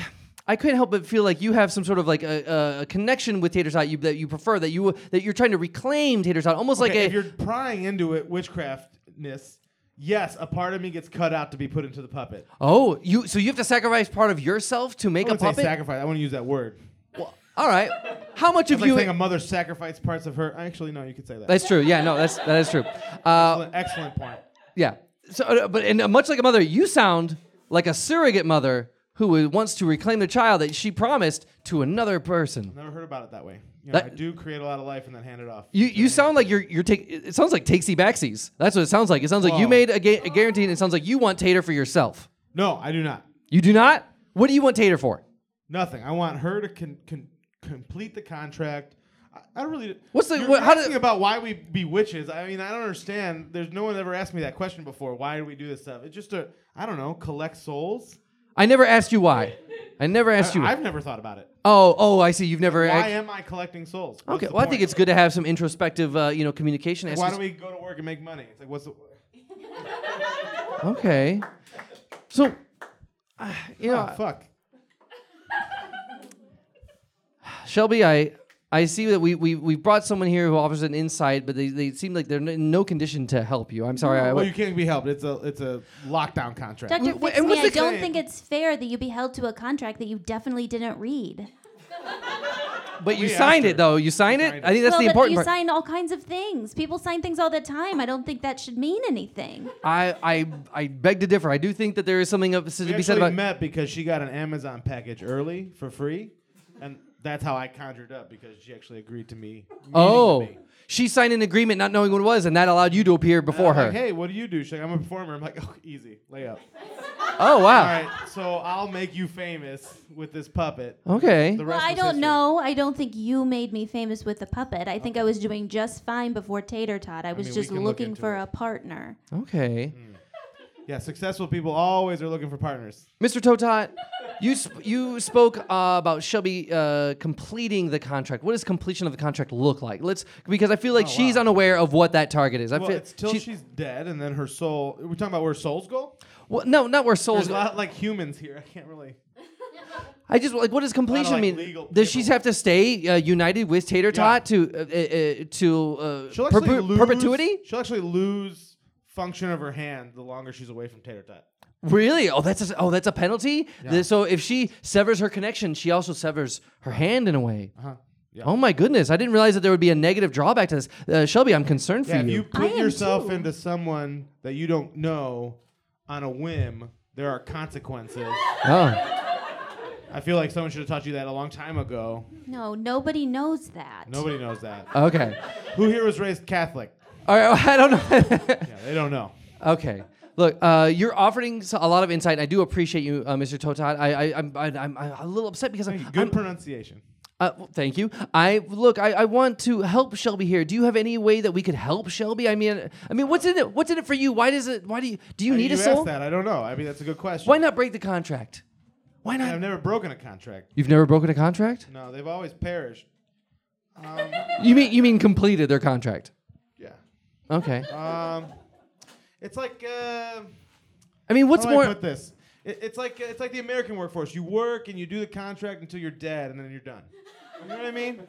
[SPEAKER 1] I couldn't help but feel like you have some sort of like a, a connection with tater tot you, that you prefer that you that you're trying to reclaim tater tot almost
[SPEAKER 3] Okay,
[SPEAKER 1] like
[SPEAKER 3] if
[SPEAKER 1] a,
[SPEAKER 3] you're prying into it, witchcraftness. Yes, a part of me gets cut out to be put into the puppet.
[SPEAKER 1] oh you so you have to sacrifice part of yourself to make
[SPEAKER 3] I
[SPEAKER 1] a
[SPEAKER 3] wouldn't say
[SPEAKER 1] puppet.
[SPEAKER 3] sacrifice. I want to use that word.
[SPEAKER 1] Well, all right, how much of
[SPEAKER 3] It's like
[SPEAKER 1] you?
[SPEAKER 3] saying a mother sacrificed parts of her. Actually, no, you could say that.
[SPEAKER 1] that's true. Yeah, no, that's that is true. Uh,
[SPEAKER 3] Excellent, excellent point.
[SPEAKER 1] yeah. So, uh, but and uh, much like a mother, you sound like a surrogate mother who wants to reclaim the child that she promised to another person.
[SPEAKER 3] Never heard about it that way. You know,
[SPEAKER 1] That-
[SPEAKER 3] I do create a lot of life and then hand it off.
[SPEAKER 1] You you sound like you're you're take it sounds like takesy backsies. That's what it sounds like. It sounds like you
[SPEAKER 3] Whoa.
[SPEAKER 1] made a, ga- a guarantee and it sounds like you want Tater for yourself.
[SPEAKER 3] no, I do not.
[SPEAKER 1] You do not? What do you want Tater for?
[SPEAKER 3] Nothing. I want her to con- con- complete the contract. I, I don't really.
[SPEAKER 1] What's the-
[SPEAKER 3] You're
[SPEAKER 1] what- how
[SPEAKER 3] asking
[SPEAKER 1] did-
[SPEAKER 3] about why we be witches? I mean, I don't understand. There's no one ever asked me that question before. Why do we do this stuff? It's just to I don't know collect souls.
[SPEAKER 1] I never asked you why. I never asked you.
[SPEAKER 3] I, have never thought about it.
[SPEAKER 1] oh, oh, I see. You've never.
[SPEAKER 3] Why
[SPEAKER 1] act-
[SPEAKER 3] am I collecting souls? What's
[SPEAKER 1] okay.
[SPEAKER 3] the
[SPEAKER 1] Well, I think
[SPEAKER 3] point?
[SPEAKER 1] it's good to have some introspective, uh, you know, communication.
[SPEAKER 3] Why
[SPEAKER 1] aspects.
[SPEAKER 3] do we go to work and make money? It's like what's the
[SPEAKER 1] Okay. So, uh, you know,
[SPEAKER 3] oh, fuck? Ah.
[SPEAKER 1] Shelby, I I see that we we we brought someone here who offers an insight, but they, they seem like they're n- in no condition to help you. I'm sorry. I,
[SPEAKER 3] Well, you can't be helped. It's a it's a lockdown contract.
[SPEAKER 2] Doctor,
[SPEAKER 1] Wh- wh-
[SPEAKER 2] fix
[SPEAKER 1] and
[SPEAKER 2] me.
[SPEAKER 1] what's
[SPEAKER 2] I
[SPEAKER 1] the
[SPEAKER 2] don't
[SPEAKER 3] claim?
[SPEAKER 2] think it's fair that you be held to a contract that you definitely didn't read.
[SPEAKER 1] but you
[SPEAKER 3] we
[SPEAKER 1] signed
[SPEAKER 3] asked
[SPEAKER 1] it
[SPEAKER 3] her.
[SPEAKER 1] though. You signed it.
[SPEAKER 3] signed it.
[SPEAKER 1] I think that's
[SPEAKER 2] well,
[SPEAKER 1] the
[SPEAKER 2] but
[SPEAKER 1] important
[SPEAKER 2] you
[SPEAKER 1] part.
[SPEAKER 2] sign all kinds of things. People sign things all the time. I don't think that should mean anything.
[SPEAKER 1] I, I I beg to differ. I do think that there is something of,
[SPEAKER 3] We
[SPEAKER 1] to be
[SPEAKER 3] actually
[SPEAKER 1] said about.
[SPEAKER 3] met because she got an Amazon package early for free, and that's how I conjured up because she actually agreed to me. meeting
[SPEAKER 1] oh,
[SPEAKER 3] with me.
[SPEAKER 1] she signed an agreement not knowing what it was, and that allowed you to appear
[SPEAKER 3] And
[SPEAKER 1] before
[SPEAKER 3] I'm
[SPEAKER 1] her.
[SPEAKER 3] Like, Uh, hey, what do you do? She's like, I'm a performer. I'm like, oh, easy, lay up.
[SPEAKER 1] Oh wow.
[SPEAKER 3] All right, so I'll make you famous with this puppet.
[SPEAKER 1] Okay.
[SPEAKER 3] The
[SPEAKER 2] Well,
[SPEAKER 3] rest
[SPEAKER 2] I
[SPEAKER 3] is
[SPEAKER 2] don't
[SPEAKER 3] history.
[SPEAKER 2] know. I don't think you made me famous with the puppet. I think I was doing just fine before Tater Tot. I was
[SPEAKER 3] mean, we
[SPEAKER 2] just
[SPEAKER 3] can look
[SPEAKER 2] looking
[SPEAKER 3] into
[SPEAKER 2] for
[SPEAKER 3] it.
[SPEAKER 2] a partner.
[SPEAKER 1] Okay.
[SPEAKER 3] Yeah, successful people always are looking for partners.
[SPEAKER 1] Mr. Totot, you sp- you spoke uh, about Shelby uh, completing the contract. What does completion of the contract look like? Let's because I feel like
[SPEAKER 3] Oh,
[SPEAKER 1] she's
[SPEAKER 3] wow.
[SPEAKER 1] unaware of what that target is. I
[SPEAKER 3] Well,
[SPEAKER 1] feel
[SPEAKER 3] it's till
[SPEAKER 1] she-
[SPEAKER 3] she's, dead, and then her soul. We're talking about where souls go.
[SPEAKER 1] well, no, not where souls
[SPEAKER 3] There's a
[SPEAKER 1] go.
[SPEAKER 3] lot like humans here. I can't really.
[SPEAKER 1] I just like what does completion
[SPEAKER 3] like,
[SPEAKER 1] mean?
[SPEAKER 3] legal
[SPEAKER 1] Does she
[SPEAKER 3] paperwork.
[SPEAKER 1] have to stay uh, united with Tater Tot to uh, uh, uh, to
[SPEAKER 3] She'll
[SPEAKER 1] uh,
[SPEAKER 3] actually
[SPEAKER 1] perpe-
[SPEAKER 3] lose,
[SPEAKER 1] perpetuity?
[SPEAKER 3] She'll actually lose function of her hand the longer she's away from Tater Tot.
[SPEAKER 1] Really? Oh, that's a, oh, that's a penalty. Th- So if she severs her connection, she also severs her hand in a way.
[SPEAKER 3] Uh-huh. Yeah.
[SPEAKER 1] Oh my goodness! I didn't realize that there would be a negative drawback to this. Uh, Shelby, I'm concerned for
[SPEAKER 3] Yeah, if you
[SPEAKER 2] I
[SPEAKER 3] put
[SPEAKER 2] am
[SPEAKER 3] yourself
[SPEAKER 2] too.
[SPEAKER 3] into someone that you don't know on a whim, there are consequences.
[SPEAKER 1] Oh.
[SPEAKER 3] I feel like someone should have taught you that a long time ago.
[SPEAKER 2] No, nobody knows that.
[SPEAKER 3] Nobody knows that.
[SPEAKER 1] Okay.
[SPEAKER 3] Who here was raised Catholic?
[SPEAKER 1] All right. I don't know.
[SPEAKER 3] Yeah, they don't know.
[SPEAKER 1] okay. Look, uh, you're offering s- a lot of insight, and I do appreciate you, uh, Mr. Totot. I, I, I'm, I, I'm I'm a little upset because I'm.
[SPEAKER 3] Good
[SPEAKER 1] I'm-
[SPEAKER 3] pronunciation.
[SPEAKER 1] uh, well, thank you. I look. I, I want to help Shelby here. Do you have any way that we could help Shelby? I mean, I mean, what's in it? What's in it for you? Why does it? Why do you? Do you
[SPEAKER 3] I-
[SPEAKER 1] need
[SPEAKER 3] Uh, you
[SPEAKER 1] a soul?
[SPEAKER 3] asked that. I don't know. I mean, that's a good question.
[SPEAKER 1] Why not break the contract? Why not?
[SPEAKER 3] I've never broken a contract.
[SPEAKER 1] You've never broken a contract.
[SPEAKER 3] No, they've always perished. Um,
[SPEAKER 1] You mean you mean completed their contract?
[SPEAKER 3] yeah.
[SPEAKER 1] Okay.
[SPEAKER 3] Um, it's like. Uh,
[SPEAKER 1] I mean, what's
[SPEAKER 3] How do
[SPEAKER 1] more?
[SPEAKER 3] I put this? It, it's like it's like the American workforce. You work and you do the contract until you're dead, and then you're done. You know what I mean?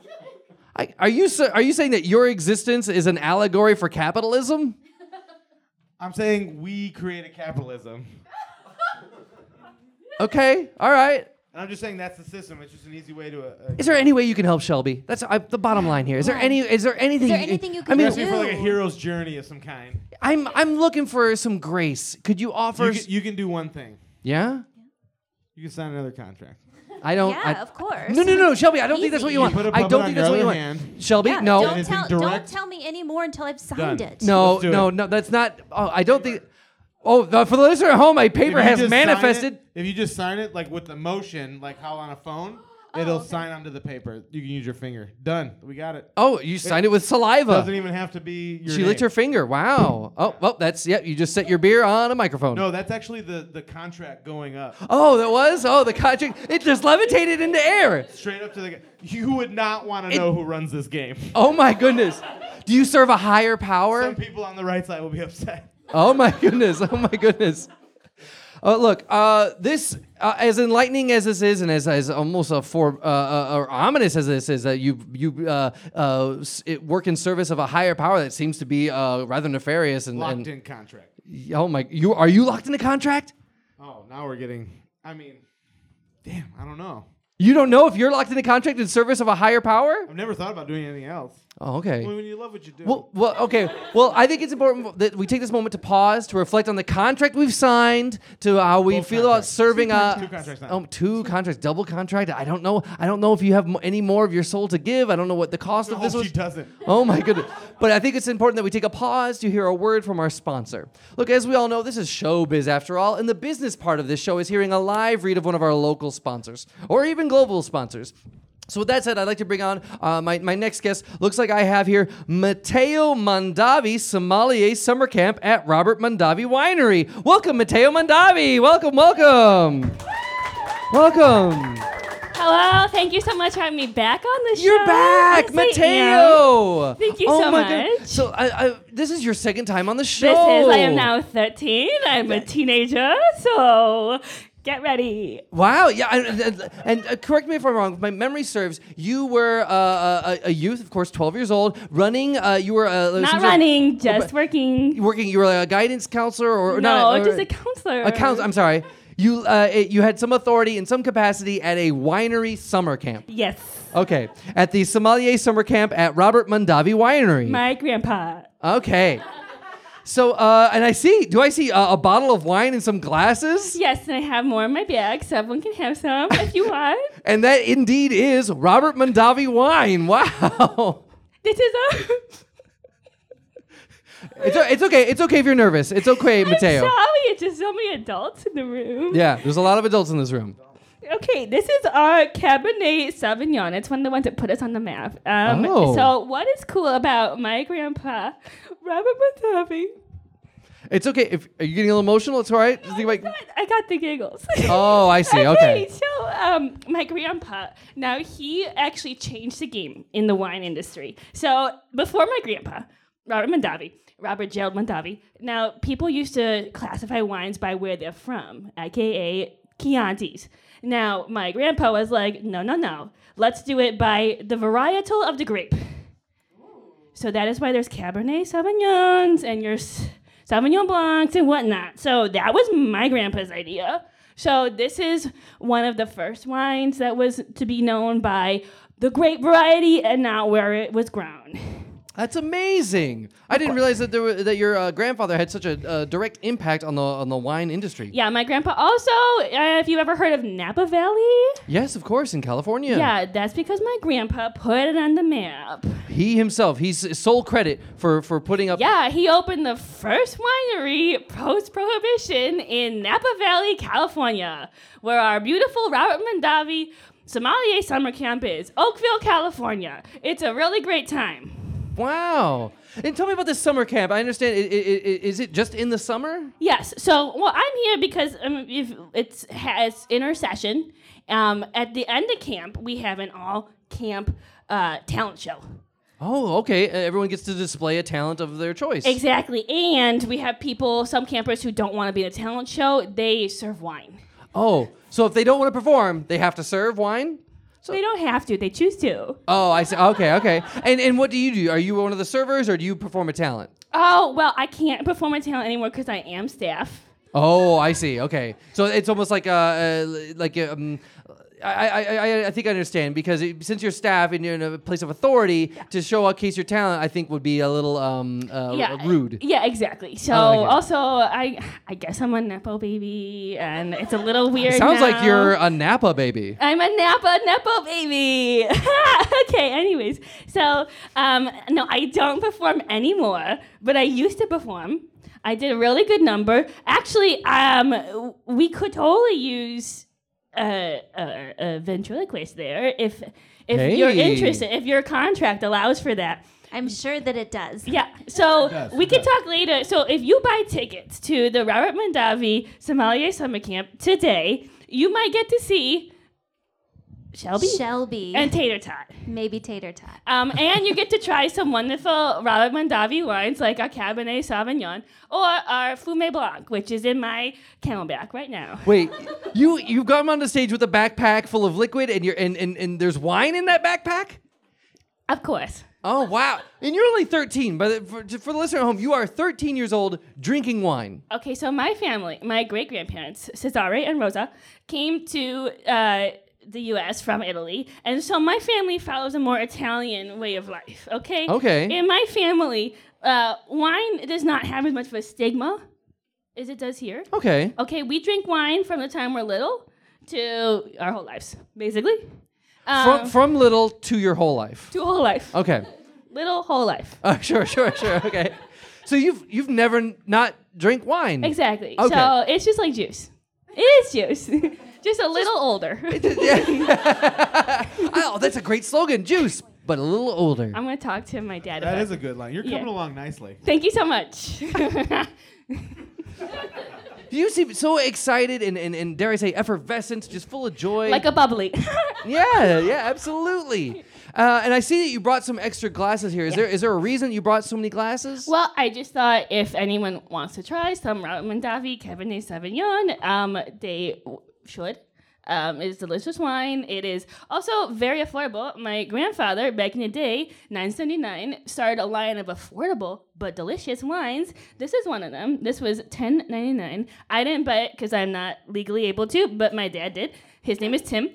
[SPEAKER 1] I, are you sa- are you saying that your existence is an allegory for capitalism?
[SPEAKER 3] I'm saying we created capitalism,
[SPEAKER 1] Okay. All right.
[SPEAKER 3] and I'm just saying that's the system. It's just an easy way to. Uh,
[SPEAKER 1] Is there any way you can help Shelby? That's I, the bottom line here. Is there any? Is there anything?
[SPEAKER 2] there anything you
[SPEAKER 1] I
[SPEAKER 2] can
[SPEAKER 1] mean,
[SPEAKER 3] Ask me for like a
[SPEAKER 2] Ew.
[SPEAKER 3] hero's journey of some kind.
[SPEAKER 1] I'm I'm looking for some grace. Could you offer?
[SPEAKER 3] You
[SPEAKER 1] s-
[SPEAKER 3] can, you can do one thing.
[SPEAKER 1] yeah.
[SPEAKER 3] You can sign another contract.
[SPEAKER 1] I don't.
[SPEAKER 2] yeah,
[SPEAKER 1] I-
[SPEAKER 2] of course.
[SPEAKER 1] No, no, no, Shelby. I don't think that's what
[SPEAKER 2] Easy.
[SPEAKER 1] you
[SPEAKER 2] You
[SPEAKER 1] want.
[SPEAKER 3] put a
[SPEAKER 1] I
[SPEAKER 3] puppet
[SPEAKER 1] don't
[SPEAKER 3] on
[SPEAKER 1] think
[SPEAKER 3] your
[SPEAKER 1] that's what
[SPEAKER 3] other
[SPEAKER 1] you want.
[SPEAKER 3] hand.
[SPEAKER 1] Shelby,
[SPEAKER 2] Yeah,
[SPEAKER 1] no.
[SPEAKER 2] Don't
[SPEAKER 3] Anything
[SPEAKER 2] tell, don't
[SPEAKER 3] direct?
[SPEAKER 2] tell me anymore until I've signed
[SPEAKER 3] Done.
[SPEAKER 2] it.
[SPEAKER 1] No,
[SPEAKER 3] Let's do
[SPEAKER 1] no,
[SPEAKER 3] it.
[SPEAKER 1] no. That's not. Oh, I don't think. Oh, the, for the listener at home, my
[SPEAKER 3] If
[SPEAKER 1] paper
[SPEAKER 3] you
[SPEAKER 1] has
[SPEAKER 3] just sign
[SPEAKER 1] manifested.
[SPEAKER 3] it- if you just sign it like with the motion, like how on a phone,
[SPEAKER 1] Oh,
[SPEAKER 3] it'll
[SPEAKER 2] okay.
[SPEAKER 3] sign onto the paper. You can use your finger. Done. We got it.
[SPEAKER 1] Oh, you signed it with saliva.
[SPEAKER 3] Doesn't even have to be. Your
[SPEAKER 1] She licked
[SPEAKER 3] name.
[SPEAKER 1] her finger. Wow. Oh, well, that's yeah. You just set your beer on a microphone.
[SPEAKER 3] No, that's actually the the contract going up.
[SPEAKER 1] Oh, that was. Oh, the contract. It just levitated into air.
[SPEAKER 3] Straight up to the guy. You would not want to know who runs this game.
[SPEAKER 1] Oh my goodness. Do you serve a higher power?
[SPEAKER 3] Some people on the right side will be upset.
[SPEAKER 1] Oh my goodness. Oh my goodness. Oh look, uh, this uh, as enlightening as this is, and as, as almost a for uh, uh, or ominous as this is, that you you uh, uh, s- it work in service of a higher power that seems to be uh, rather nefarious and,
[SPEAKER 3] Locked
[SPEAKER 1] and
[SPEAKER 3] in contract.
[SPEAKER 1] oh my, you are you locked in a contract?
[SPEAKER 3] Oh, now we're getting. I mean, damn, I don't know.
[SPEAKER 1] You don't know if you're locked in a contract in service of a higher power?
[SPEAKER 3] I've never thought about doing anything else.
[SPEAKER 1] Oh, okay.
[SPEAKER 3] When you love what you do.
[SPEAKER 1] Well, well, okay. Well, I think it's important that we take this moment to pause, to reflect on the contract we've signed, to how we
[SPEAKER 3] Both
[SPEAKER 1] feel
[SPEAKER 3] contracts.
[SPEAKER 1] about serving.
[SPEAKER 2] Two
[SPEAKER 1] uh,
[SPEAKER 2] contracts.
[SPEAKER 3] Two contracts now.
[SPEAKER 1] Oh, two contracts, double contract. I don't know. I don't know if you have mo- any more of your soul to give. I don't know what the cost
[SPEAKER 3] I
[SPEAKER 1] of
[SPEAKER 3] hope
[SPEAKER 1] this was.
[SPEAKER 3] she doesn't.
[SPEAKER 1] Oh my goodness. But I think it's important that we take a pause to hear a word from our sponsor. Look, as we all know, this is showbiz after all, and the business part of this show is hearing a live read of one of our local sponsors or even global sponsors. So with that said, I'd like to bring on uh, my, my next guest. Looks like I have here Matteo Mondavi Sommelier Summer Camp at Robert Mondavi Winery. Welcome, Matteo Mondavi. Welcome, welcome. Welcome.
[SPEAKER 4] Hello, thank you so much for having me back on the show.
[SPEAKER 1] You're back,
[SPEAKER 4] Yes, I am.
[SPEAKER 1] Matteo.
[SPEAKER 4] Oh,
[SPEAKER 1] Oh
[SPEAKER 4] Thank you so much.
[SPEAKER 1] So I, I, this is your second time on the show.
[SPEAKER 4] This is, I am now 13. I'm a teenager, so get ready.
[SPEAKER 1] Wow. Yeah. I- And, and, and, uh, correct me if I'm wrong. If my memory serves, you were uh, a, a youth, of course, 12 years old, running. Uh, you were uh, some
[SPEAKER 4] Not
[SPEAKER 1] sort of-
[SPEAKER 4] running, just working.
[SPEAKER 1] working. You were a guidance counselor, or, or
[SPEAKER 4] No,
[SPEAKER 1] not, or-
[SPEAKER 4] just a counselor.
[SPEAKER 1] a counselor. I'm sorry. You uh, it- you had some authority in some capacity at a winery summer camp.
[SPEAKER 4] Yes,
[SPEAKER 1] Okay, at the sommelier summer camp at Robert Mondavi Winery.
[SPEAKER 4] my grandpa.
[SPEAKER 1] okay. So uh, and I see. Do I see uh, a bottle of wine and some glasses?
[SPEAKER 4] Yes, and I have more in my bag, so everyone can have some if you want.
[SPEAKER 1] And that indeed is Robert Mondavi wine. Wow.
[SPEAKER 4] This is a.
[SPEAKER 1] It's, o- it's okay. It's okay if you're nervous. It's okay, Mateo.
[SPEAKER 4] I'm sorry, it's just so many adults in the room.
[SPEAKER 1] Yeah, there's a lot of adults in this room.
[SPEAKER 4] Okay, this is our Cabernet Sauvignon. It's one of the ones that put us on the map. Um,
[SPEAKER 1] Oh.
[SPEAKER 4] So, what is cool about my grandpa, Robert Montavi?
[SPEAKER 1] It's okay if are you getting a little emotional. It's all right. Just think about-
[SPEAKER 4] I got the giggles.
[SPEAKER 1] Oh, I see. Okay.
[SPEAKER 4] So, um, my grandpa, now he actually changed the game in the wine industry. So, before my grandpa, Robert Mondavi, Robert Gerald Mondavi, now people used to classify wines by where they're from, aka Chianti's. Now, my grandpa was like, no, no, no. Let's do it by the varietal of the grape. So that is why there's Cabernet Sauvignons and your S- Sauvignon Blancs and whatnot. So that was my grandpa's idea. So this is one of the first wines that was to be known by the grape variety and not where it was grown.
[SPEAKER 1] That's amazing. I didn't realize that there were, that your uh, grandfather had such a uh, direct impact on the on the wine industry.
[SPEAKER 4] Yeah, my grandpa also, uh, if you've ever heard of Napa Valley,
[SPEAKER 1] Yes, of course, in California.
[SPEAKER 4] yeah, that's because my grandpa put it on the map.
[SPEAKER 1] He himself, he's sole credit for for putting up.
[SPEAKER 4] Yeah, he opened the first winery post prohibition in Napa Valley, California, where our beautiful Robert Mondavi Sommelier Summer Camp is, Oakville, California. It's a really great time.
[SPEAKER 1] Wow. And tell me about this summer camp. I understand. i- i- i- Is it just in the summer?
[SPEAKER 4] Yes, so well, I'm here because um, if it's has intercession. Um, at the end of camp, we have an all camp uh, talent show.
[SPEAKER 1] Oh, okay. Uh, Everyone gets to display a talent of their choice.
[SPEAKER 4] Exactly, and we have people, some campers who don't want to be in a talent show, they serve wine.
[SPEAKER 1] oh, so if they don't want to perform, they have to serve wine.
[SPEAKER 4] They don't have to; they choose to.
[SPEAKER 1] Oh, I see. Okay, okay. And and what do you do? Are you one of the servers, or do you perform a talent?
[SPEAKER 4] Oh, well, I can't perform a talent anymore because I am staff.
[SPEAKER 1] Oh, I see. Okay, so it's almost like uh, uh like um. I, I, I, I think I understand because it, since you're staff and you're in a place of authority to show case your talent, I think would be a little um uh, rude.
[SPEAKER 4] Yeah, exactly. So
[SPEAKER 1] Oh, okay.
[SPEAKER 4] also, I I guess I'm a nepo baby, and it's a little weird.
[SPEAKER 1] Sounds like
[SPEAKER 4] now.
[SPEAKER 1] you're a Napa baby.
[SPEAKER 4] I'm a Napa Nepo baby. okay, anyways. So, um, no, I don't perform anymore, but I used to perform. I did a really good number. Actually, um, w- we could totally use a, a, a ventriloquist there if if you're
[SPEAKER 1] Hey.
[SPEAKER 4] interested, if your contract allows for that.
[SPEAKER 2] I'm sure that it does.
[SPEAKER 4] Yeah. So
[SPEAKER 3] does,
[SPEAKER 4] we
[SPEAKER 3] it
[SPEAKER 4] can
[SPEAKER 3] does.
[SPEAKER 4] talk later. So if you buy tickets to the Robert Mondavi Sommelier Summer Camp today, you might get to see Shelby
[SPEAKER 2] Shelby,
[SPEAKER 4] and Tater Tot.
[SPEAKER 2] maybe tater tot.
[SPEAKER 4] Um, and you get to try some wonderful Robert Mondavi wines like our Cabernet Sauvignon or our Fumé Blanc, which is in my kennel back right now.
[SPEAKER 1] Wait, you you've come on the stage with a backpack full of liquid and you're and, and, and there's wine in that backpack?
[SPEAKER 4] Of course.
[SPEAKER 1] Oh wow! And you're only 13, but for, for the listener at home, you are 13 years old drinking wine.
[SPEAKER 4] Okay, so my family, my great grandparents, Cesare and Rosa, came to uh, the US from Italy. And so my family follows a more Italian way of life, okay?
[SPEAKER 1] Okay.
[SPEAKER 4] In my family, uh, wine does not have as much of a stigma as it does here.
[SPEAKER 1] Okay.
[SPEAKER 4] Okay, we drink wine from the time we're little to our whole lives, basically. Um,
[SPEAKER 1] From from little to your whole life.
[SPEAKER 4] to whole life.
[SPEAKER 1] Okay.
[SPEAKER 4] Little whole life.
[SPEAKER 1] Uh, sure, sure, sure. Okay. So you've you've never n- not drink wine.
[SPEAKER 4] Exactly.
[SPEAKER 1] Okay.
[SPEAKER 4] So it's just like juice. It is juice. Just a little older.
[SPEAKER 1] oh, that's a great slogan, juice, but a little older.
[SPEAKER 4] I'm gonna talk to my dad.
[SPEAKER 3] That
[SPEAKER 4] about
[SPEAKER 3] is
[SPEAKER 4] it.
[SPEAKER 3] a good line. You're
[SPEAKER 4] Yeah.
[SPEAKER 3] coming along nicely.
[SPEAKER 4] Thank you so much.
[SPEAKER 1] You seem so excited and, and, and dare I say effervescent, just full of joy.
[SPEAKER 4] like a bubbly.
[SPEAKER 1] yeah, yeah, absolutely. Uh, and I see that you brought some extra glasses here. Is there is there a reason you brought so many glasses?
[SPEAKER 4] well, I just thought if anyone wants to try some Ramondavi Cabernet Sauvignon, um, they w- should. Um, it's delicious wine. It is also very affordable. My grandfather, back in the day, 979, started a line of affordable but delicious wines. This is one of them. This was 10.99. I didn't buy it because I'm not legally able to, but my dad did. His name is Tim.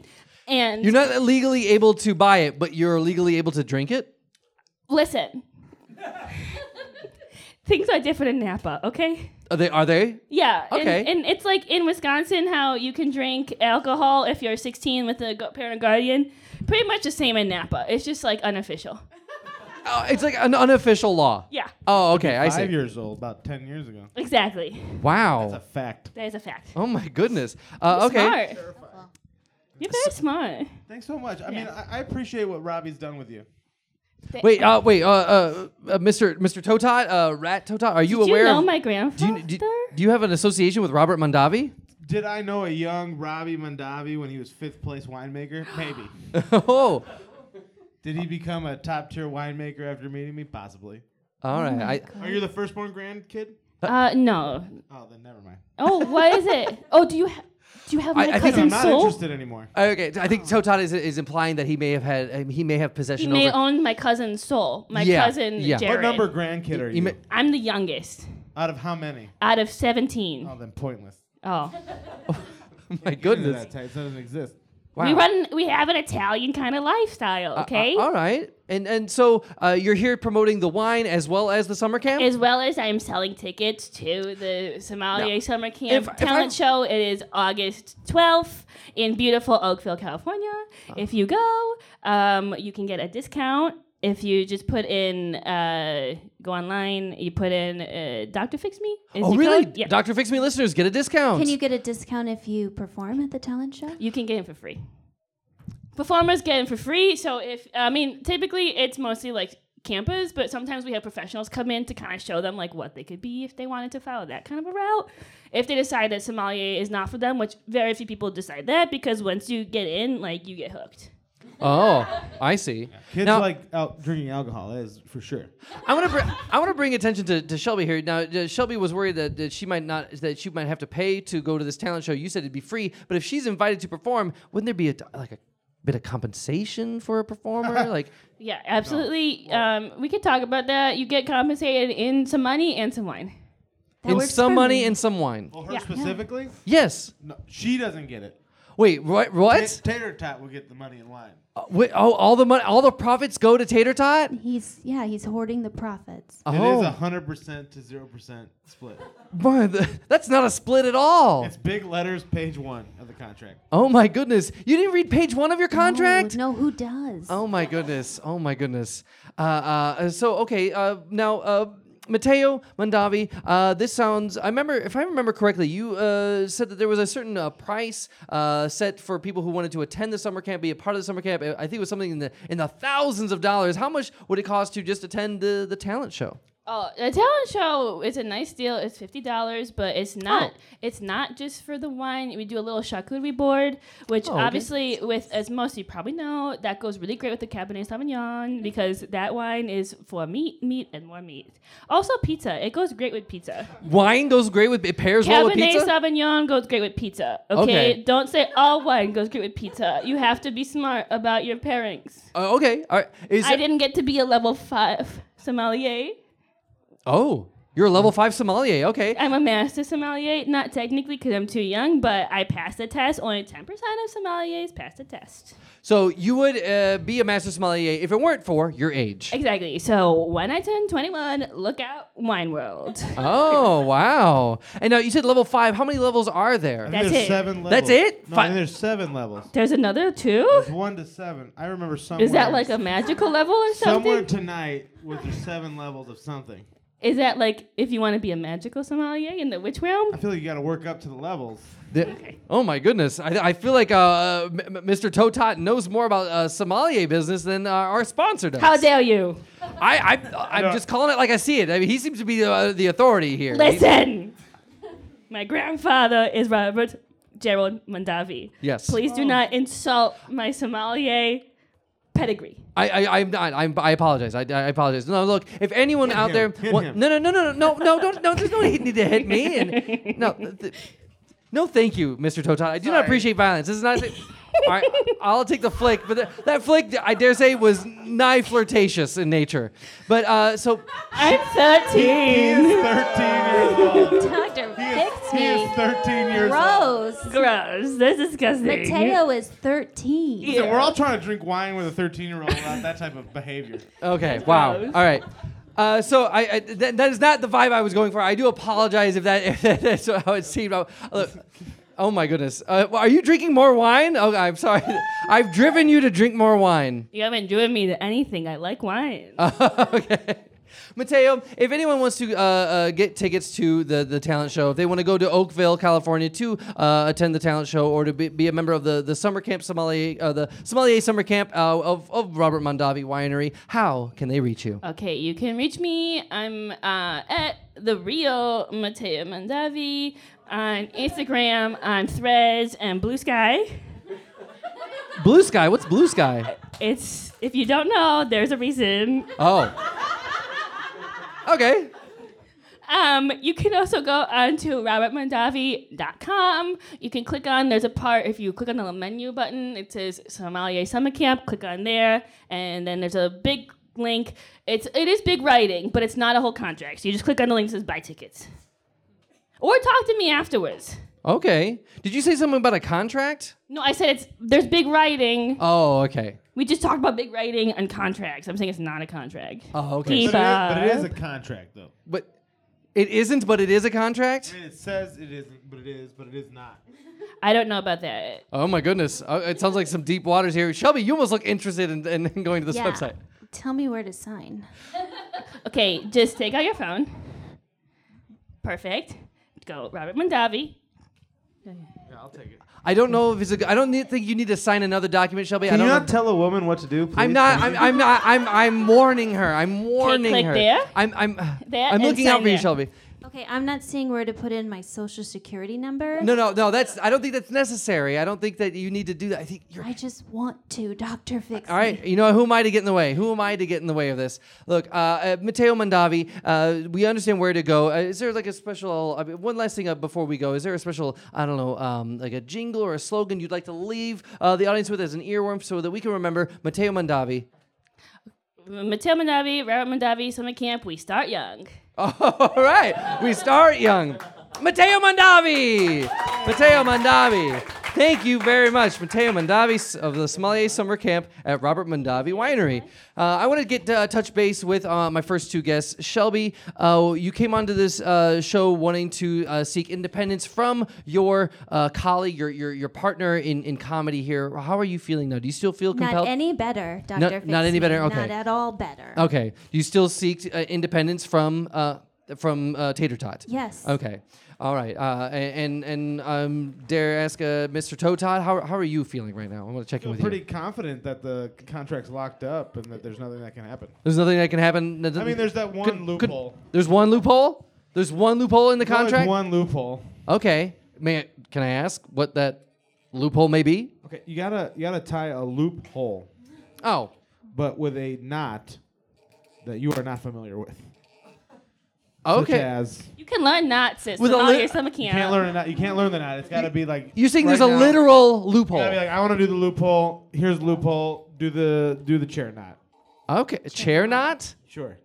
[SPEAKER 4] And
[SPEAKER 1] You're not legally able to buy it, but you're legally able to drink it.
[SPEAKER 4] Listen. Things are different in Napa, okay?
[SPEAKER 1] Are they? Are they?
[SPEAKER 4] Yeah.
[SPEAKER 1] Okay.
[SPEAKER 4] And, and it's like in Wisconsin how you can drink alcohol if you're 16 with a gu- parent or guardian. Pretty much the same in Napa. It's just like unofficial.
[SPEAKER 1] Oh, it's like an unofficial law.
[SPEAKER 4] Yeah.
[SPEAKER 1] Oh, okay, I
[SPEAKER 3] Five
[SPEAKER 1] see.
[SPEAKER 3] years old, about ten years ago.
[SPEAKER 4] Exactly.
[SPEAKER 1] Wow.
[SPEAKER 3] That's a fact.
[SPEAKER 4] That is a fact.
[SPEAKER 1] oh my goodness. Uh, okay.
[SPEAKER 4] Smart. You're very smart.
[SPEAKER 3] Thanks so much. I mean,
[SPEAKER 4] Yeah.
[SPEAKER 3] I, I appreciate what Robbie's done with you.
[SPEAKER 1] Wait, uh, wait, uh, uh, uh, Mr. Mr. Totot, uh, Rat Totot, are you
[SPEAKER 4] Do you
[SPEAKER 1] aware?
[SPEAKER 4] know
[SPEAKER 1] of,
[SPEAKER 4] my grandfather?
[SPEAKER 1] do, you, do, do you have an association with Robert Mondavi?
[SPEAKER 3] Did I know a young Robbie Mondavi when he was fifth place winemaker? Maybe.
[SPEAKER 1] oh,
[SPEAKER 3] Did he become a top tier winemaker after meeting me? Possibly.
[SPEAKER 4] Oh
[SPEAKER 1] all right. I,
[SPEAKER 3] Are you the firstborn grandkid?
[SPEAKER 4] uh, no.
[SPEAKER 3] Oh, then never mind.
[SPEAKER 4] Oh, what is it? Oh, do you ha- do you have
[SPEAKER 1] I-
[SPEAKER 4] my
[SPEAKER 1] I think
[SPEAKER 4] cousin
[SPEAKER 3] I'm not
[SPEAKER 4] Soul?
[SPEAKER 3] interested anymore.
[SPEAKER 1] Okay, I think Totot is, is implying that he may have had um, he may have possession
[SPEAKER 4] He may
[SPEAKER 1] over.
[SPEAKER 4] own my cousin Soul. My
[SPEAKER 1] Yeah,
[SPEAKER 4] cousin
[SPEAKER 1] yeah. What
[SPEAKER 4] Jared.
[SPEAKER 3] What number grandkid are
[SPEAKER 1] he
[SPEAKER 3] you?
[SPEAKER 1] may-
[SPEAKER 4] I'm the youngest.
[SPEAKER 3] Out of how many?
[SPEAKER 4] out of 17.
[SPEAKER 3] Oh, then pointless.
[SPEAKER 4] Oh.
[SPEAKER 1] my
[SPEAKER 3] Get into
[SPEAKER 1] goodness!
[SPEAKER 3] That type. That doesn't exist.
[SPEAKER 1] Wow.
[SPEAKER 4] We run we have an Italian kind of lifestyle,
[SPEAKER 1] Uh, uh,
[SPEAKER 4] okay?
[SPEAKER 1] all right, and and so uh, you're here promoting the wine as well as the summer camp.
[SPEAKER 4] As well as I'm selling tickets to the Somalia
[SPEAKER 1] Now,
[SPEAKER 4] Summer Camp
[SPEAKER 1] if- if
[SPEAKER 4] Talent
[SPEAKER 1] I'm-
[SPEAKER 4] Show. It is August 12th in beautiful Oakville, California.
[SPEAKER 1] Uh.
[SPEAKER 4] If you go, um, you can get a discount. If you just put in, uh, go online, you put in uh, Dr. Fix Me. is
[SPEAKER 1] oh
[SPEAKER 4] the
[SPEAKER 1] really?
[SPEAKER 4] code? Yeah.
[SPEAKER 1] Doctor Fix Me listeners get a discount.
[SPEAKER 2] Can you get a discount if you perform at the talent show?
[SPEAKER 4] you can get in for free. Performers get in for free. So if I mean, typically it's mostly like campers, but sometimes we have professionals come in to kind of show them like what they could be if they wanted to follow that kind of a route. If they decide that sommelier is not for them, which very few people decide that because once you get in, like you get hooked.
[SPEAKER 1] oh, I see.
[SPEAKER 3] Kids
[SPEAKER 1] Now-
[SPEAKER 3] like out drinking alcohol. That is for sure.
[SPEAKER 1] I want to br- I want to bring attention to, to Shelby here. Now uh, Shelby was worried that, that she might not that she might have to pay to go to this talent show. You said it'd be free, but if she's invited to perform, wouldn't there be a like a bit of compensation for a performer? like
[SPEAKER 4] Yeah, absolutely. Um, we could talk about that. You get compensated in some money and some wine.
[SPEAKER 2] That
[SPEAKER 1] in
[SPEAKER 2] works
[SPEAKER 1] some
[SPEAKER 2] for
[SPEAKER 1] money
[SPEAKER 2] me.
[SPEAKER 1] and some wine.
[SPEAKER 3] Well, her
[SPEAKER 4] Yeah.
[SPEAKER 3] specifically,
[SPEAKER 1] Yes.
[SPEAKER 3] no, she doesn't get it.
[SPEAKER 1] Wait. What? What?
[SPEAKER 3] Ta- Tater Tot will get the money in line.
[SPEAKER 1] Uh, wait, oh, all the money, all the profits go to Tater Tot.
[SPEAKER 2] He's yeah, he's hoarding the profits.
[SPEAKER 1] Oh,
[SPEAKER 3] It is hundred percent to zero percent split.
[SPEAKER 1] boy, th- that's not a split at all.
[SPEAKER 3] It's big letters, page one of the contract.
[SPEAKER 1] oh my goodness, you didn't read page one of your contract.
[SPEAKER 2] No, no, who does?
[SPEAKER 1] Oh my goodness! Oh my goodness! Uh, uh, so okay, uh, now uh, Matteo Mandavi, uh, this sounds. I remember, if I remember correctly, you uh, said that there was a certain uh, price uh, set for people who wanted to attend the summer camp, be a part of the summer camp. I I think it was something in the in the thousands of dollars. How much would it cost to just attend the the talent show?
[SPEAKER 4] Oh, the talent show is a nice deal. It's fifty dollars, but it's not.
[SPEAKER 1] Oh.
[SPEAKER 4] It's not just for the wine. We do a little charcuterie board, which
[SPEAKER 1] Oh, okay.
[SPEAKER 4] obviously, with as most of you probably know, that goes really great with the Cabernet Sauvignon because that wine is for meat, meat, and more meat. Also, pizza. It goes great with pizza.
[SPEAKER 1] Wine goes great with it pairs well with
[SPEAKER 4] Cabernet
[SPEAKER 1] pizza.
[SPEAKER 4] Sauvignon goes great with pizza. Okay?
[SPEAKER 1] Okay.
[SPEAKER 4] don't say all wine goes great with pizza. You have to be smart about your pairings.
[SPEAKER 1] Uh, okay, all right. Is
[SPEAKER 4] I
[SPEAKER 1] it-
[SPEAKER 4] didn't get to be a level five sommelier.
[SPEAKER 1] oh, you're a
[SPEAKER 4] Mm.
[SPEAKER 1] level five sommelier. Okay.
[SPEAKER 4] I'm a master sommelier, not technically because I'm too young, but I passed the test. Only 10% of sommeliers pass the test.
[SPEAKER 1] So you would uh, be a master sommelier if it weren't for your age.
[SPEAKER 4] Exactly. So when I turn 21, look out, wine world.
[SPEAKER 1] Oh wow! And now you said level five. How many levels are
[SPEAKER 3] I
[SPEAKER 1] there?
[SPEAKER 3] think
[SPEAKER 4] That's
[SPEAKER 3] there's
[SPEAKER 4] it.
[SPEAKER 3] Seven levels.
[SPEAKER 1] That's it?
[SPEAKER 3] No,
[SPEAKER 1] Fi-
[SPEAKER 3] I think there's seven levels.
[SPEAKER 4] There's another two?
[SPEAKER 3] There's one to seven. I remember somewhere.
[SPEAKER 4] Is that like a magical level or
[SPEAKER 3] somewhere
[SPEAKER 4] something?
[SPEAKER 3] tonight was there seven levels of something?
[SPEAKER 4] Is that like if you want to be a magical sommelier in the witch realm?
[SPEAKER 3] I feel like you got to work up to the levels.
[SPEAKER 1] The- Oh my goodness! I, I feel like uh, uh, M- M- Mr. Totot knows more about uh, sommelier business than uh, our sponsor does.
[SPEAKER 4] How dare you?
[SPEAKER 1] I, I I'm
[SPEAKER 3] No.
[SPEAKER 1] just calling it like I see it. I mean, he seems to be uh, the authority here.
[SPEAKER 4] Listen, my grandfather is Robert Gerald Mondavi.
[SPEAKER 1] Yes.
[SPEAKER 4] Please do not insult my sommelier pedigree.
[SPEAKER 1] I, I, I'm not. I'm, I apologize. I, I apologize. No, look. If anyone out
[SPEAKER 3] him.
[SPEAKER 1] there,
[SPEAKER 3] Hit
[SPEAKER 1] wa-
[SPEAKER 3] him.
[SPEAKER 1] no, no, no, no, no, no, don't, no. There's no need to hit me. And no, th- th- no. Thank you, Mr. Totot. I do not
[SPEAKER 3] Sorry.
[SPEAKER 1] appreciate violence. This is not. All right, I'll take the flick, but th- that flick, I dare say, was nigh flirtatious in nature. But uh, so
[SPEAKER 4] I'm
[SPEAKER 3] He
[SPEAKER 4] 13.
[SPEAKER 3] is 13 years old.
[SPEAKER 2] Dr.
[SPEAKER 3] He is, he is
[SPEAKER 2] Bixby.
[SPEAKER 3] 13 years old.
[SPEAKER 2] Gross.
[SPEAKER 4] Gross. That's disgusting.
[SPEAKER 2] Mateo is 13.
[SPEAKER 4] Yeah.
[SPEAKER 3] Listen, we're all trying to drink wine with a 13 year old about that type of behavior.
[SPEAKER 1] Okay. Wow.
[SPEAKER 4] gross.
[SPEAKER 1] All right. Uh, so I, I th- that is not the vibe I was going for. I do apologize if that if that's how it seemed. Uh, look, oh my goodness. Uh, well, are you drinking more wine? Oh, I'm sorry. I've driven you to drink more wine.
[SPEAKER 4] You haven't driven me to anything. I like wine.
[SPEAKER 1] Uh. okay. Mateo, if anyone wants to uh, uh, get tickets to the, the talent show, if they want to go to Oakville, California to uh, attend the talent show or to be, be a member of the, the summer camp sommelier, uh, the sommelier summer camp uh, of, of Robert Mondavi Winery, how can they reach you?
[SPEAKER 4] Okay, you can reach me. I'm uh, at the real Mateo Mandavi on Instagram, on Threads, and Blue Sky.
[SPEAKER 1] Blue Sky. What's Blue Sky?
[SPEAKER 4] It's if you don't know, there's a reason.
[SPEAKER 1] Oh. Okay.
[SPEAKER 4] Um, you can also go on to robertmondavi.com. You can click on there's a part if you click on the little menu button, it says Somalia Summer Camp. Click on there, and then there's a big link. It's it is big writing, but it's not a whole contract. So you just click on the link that says buy tickets, or talk to me afterwards.
[SPEAKER 1] Okay. Did you say something about a contract?
[SPEAKER 4] No, I said it's there's big writing.
[SPEAKER 1] Oh, okay.
[SPEAKER 4] We just talked about big writing and contracts. I'm saying it's not a contract.
[SPEAKER 1] Oh, okay.
[SPEAKER 4] Deep.
[SPEAKER 1] So-
[SPEAKER 3] But it is, but it is a
[SPEAKER 4] Bob.
[SPEAKER 3] contract, though.
[SPEAKER 1] but it isn't, but it is a contract?
[SPEAKER 3] I mean, it says it isn't, but it is, but it is not.
[SPEAKER 4] I don't know about that.
[SPEAKER 1] Oh, my goodness. Oh, it sounds like some deep waters here. Shelby, you almost look interested in, in going to this
[SPEAKER 2] Yeah.
[SPEAKER 1] website.
[SPEAKER 2] Tell me where to sign.
[SPEAKER 4] Okay, just take out your phone. Perfect. Go Robert Mondavi.
[SPEAKER 3] Yeah, I'll take it.
[SPEAKER 1] I don't know if it's a. g- I don't need, think you need to sign another document, Shelby. I
[SPEAKER 3] Can you
[SPEAKER 1] don't
[SPEAKER 3] not
[SPEAKER 1] know-
[SPEAKER 3] tell a woman what to do, please?
[SPEAKER 1] I'm not. I'm, I'm not. I'm. I'm warning her. I'm warning
[SPEAKER 4] click
[SPEAKER 1] her.
[SPEAKER 4] there.
[SPEAKER 1] I'm. I'm.
[SPEAKER 4] There
[SPEAKER 1] I'm
[SPEAKER 4] and
[SPEAKER 1] looking out
[SPEAKER 4] sign
[SPEAKER 1] for you,
[SPEAKER 4] there.
[SPEAKER 1] Shelby.
[SPEAKER 2] Okay, I'm not seeing where to put in my social security number.
[SPEAKER 1] No, no, no. That's. I don't think that's necessary. I don't think that you need to do that. I think you're
[SPEAKER 2] I just want to, Dr. Fix.
[SPEAKER 1] All right, you know who am I to get in the way? Who am I to get in the way of this? Look, uh, uh, Matteo Mandavi, uh, we understand where to go. Uh, is there like a special? I mean, one last thing uh, before we go, is there a special? I don't know, um, like a jingle or a slogan you'd like to leave uh, the audience with as an earworm, so that we can remember Matteo Mandavi.
[SPEAKER 4] Mateo Mondavi, Robert Mondavi, summer camp. We start young.
[SPEAKER 1] All right, we start young. Matteo Mandavi! Matteo Mandavi. Thank you very much, Matteo Mandavi s- of the Sommelier Summer Camp at Robert Mandavi Winery. Uh, I want to get uh, touch base with uh, my first two guests. Shelby, uh, you came onto this uh, show wanting to uh, seek independence from your uh, colleague, your, your your partner in, in comedy here. How are you feeling now? Do you still feel
[SPEAKER 2] Not
[SPEAKER 1] compelled?
[SPEAKER 2] any better, Dr.
[SPEAKER 1] Not-
[SPEAKER 2] Fix.
[SPEAKER 1] not any better? Okay.
[SPEAKER 2] Not at all better.
[SPEAKER 1] Okay. Do you still seek uh, independence from uh, from uh, Tater Tot?
[SPEAKER 2] Yes.
[SPEAKER 1] Okay. All right. Uh, a- and and um, dare ask uh, Mr. Toe Tot, how, how are you feeling right now? I want to check in
[SPEAKER 3] feel
[SPEAKER 1] with
[SPEAKER 3] pretty
[SPEAKER 1] you.
[SPEAKER 3] confident that the c- contract's locked up and that there's nothing that can happen.
[SPEAKER 1] There's nothing that can happen.
[SPEAKER 3] I mean, there's that one loophole.
[SPEAKER 1] there's one loophole. There's one loophole in the
[SPEAKER 3] There's always
[SPEAKER 1] contract.
[SPEAKER 3] one loophole.
[SPEAKER 1] Okay. May I, can I ask what that loophole may be?
[SPEAKER 3] Okay, you gotta you gotta tie a loophole,
[SPEAKER 1] Oh.
[SPEAKER 3] but with a knot that you are not familiar with. Such
[SPEAKER 1] Okay.
[SPEAKER 3] as
[SPEAKER 4] You can learn knots at
[SPEAKER 1] With a
[SPEAKER 4] Somalia
[SPEAKER 1] lit-
[SPEAKER 4] summer camp.
[SPEAKER 3] you can't learn a knot. You can't learn the knot. It's gotta be like
[SPEAKER 1] You're saying
[SPEAKER 3] right
[SPEAKER 1] there's a
[SPEAKER 3] now,
[SPEAKER 1] literal
[SPEAKER 3] You
[SPEAKER 1] loophole.
[SPEAKER 3] gotta be like, I want to do the loophole. Here's the loophole. Do the do the chair knot.
[SPEAKER 1] okay. Chair knot.
[SPEAKER 3] Sure.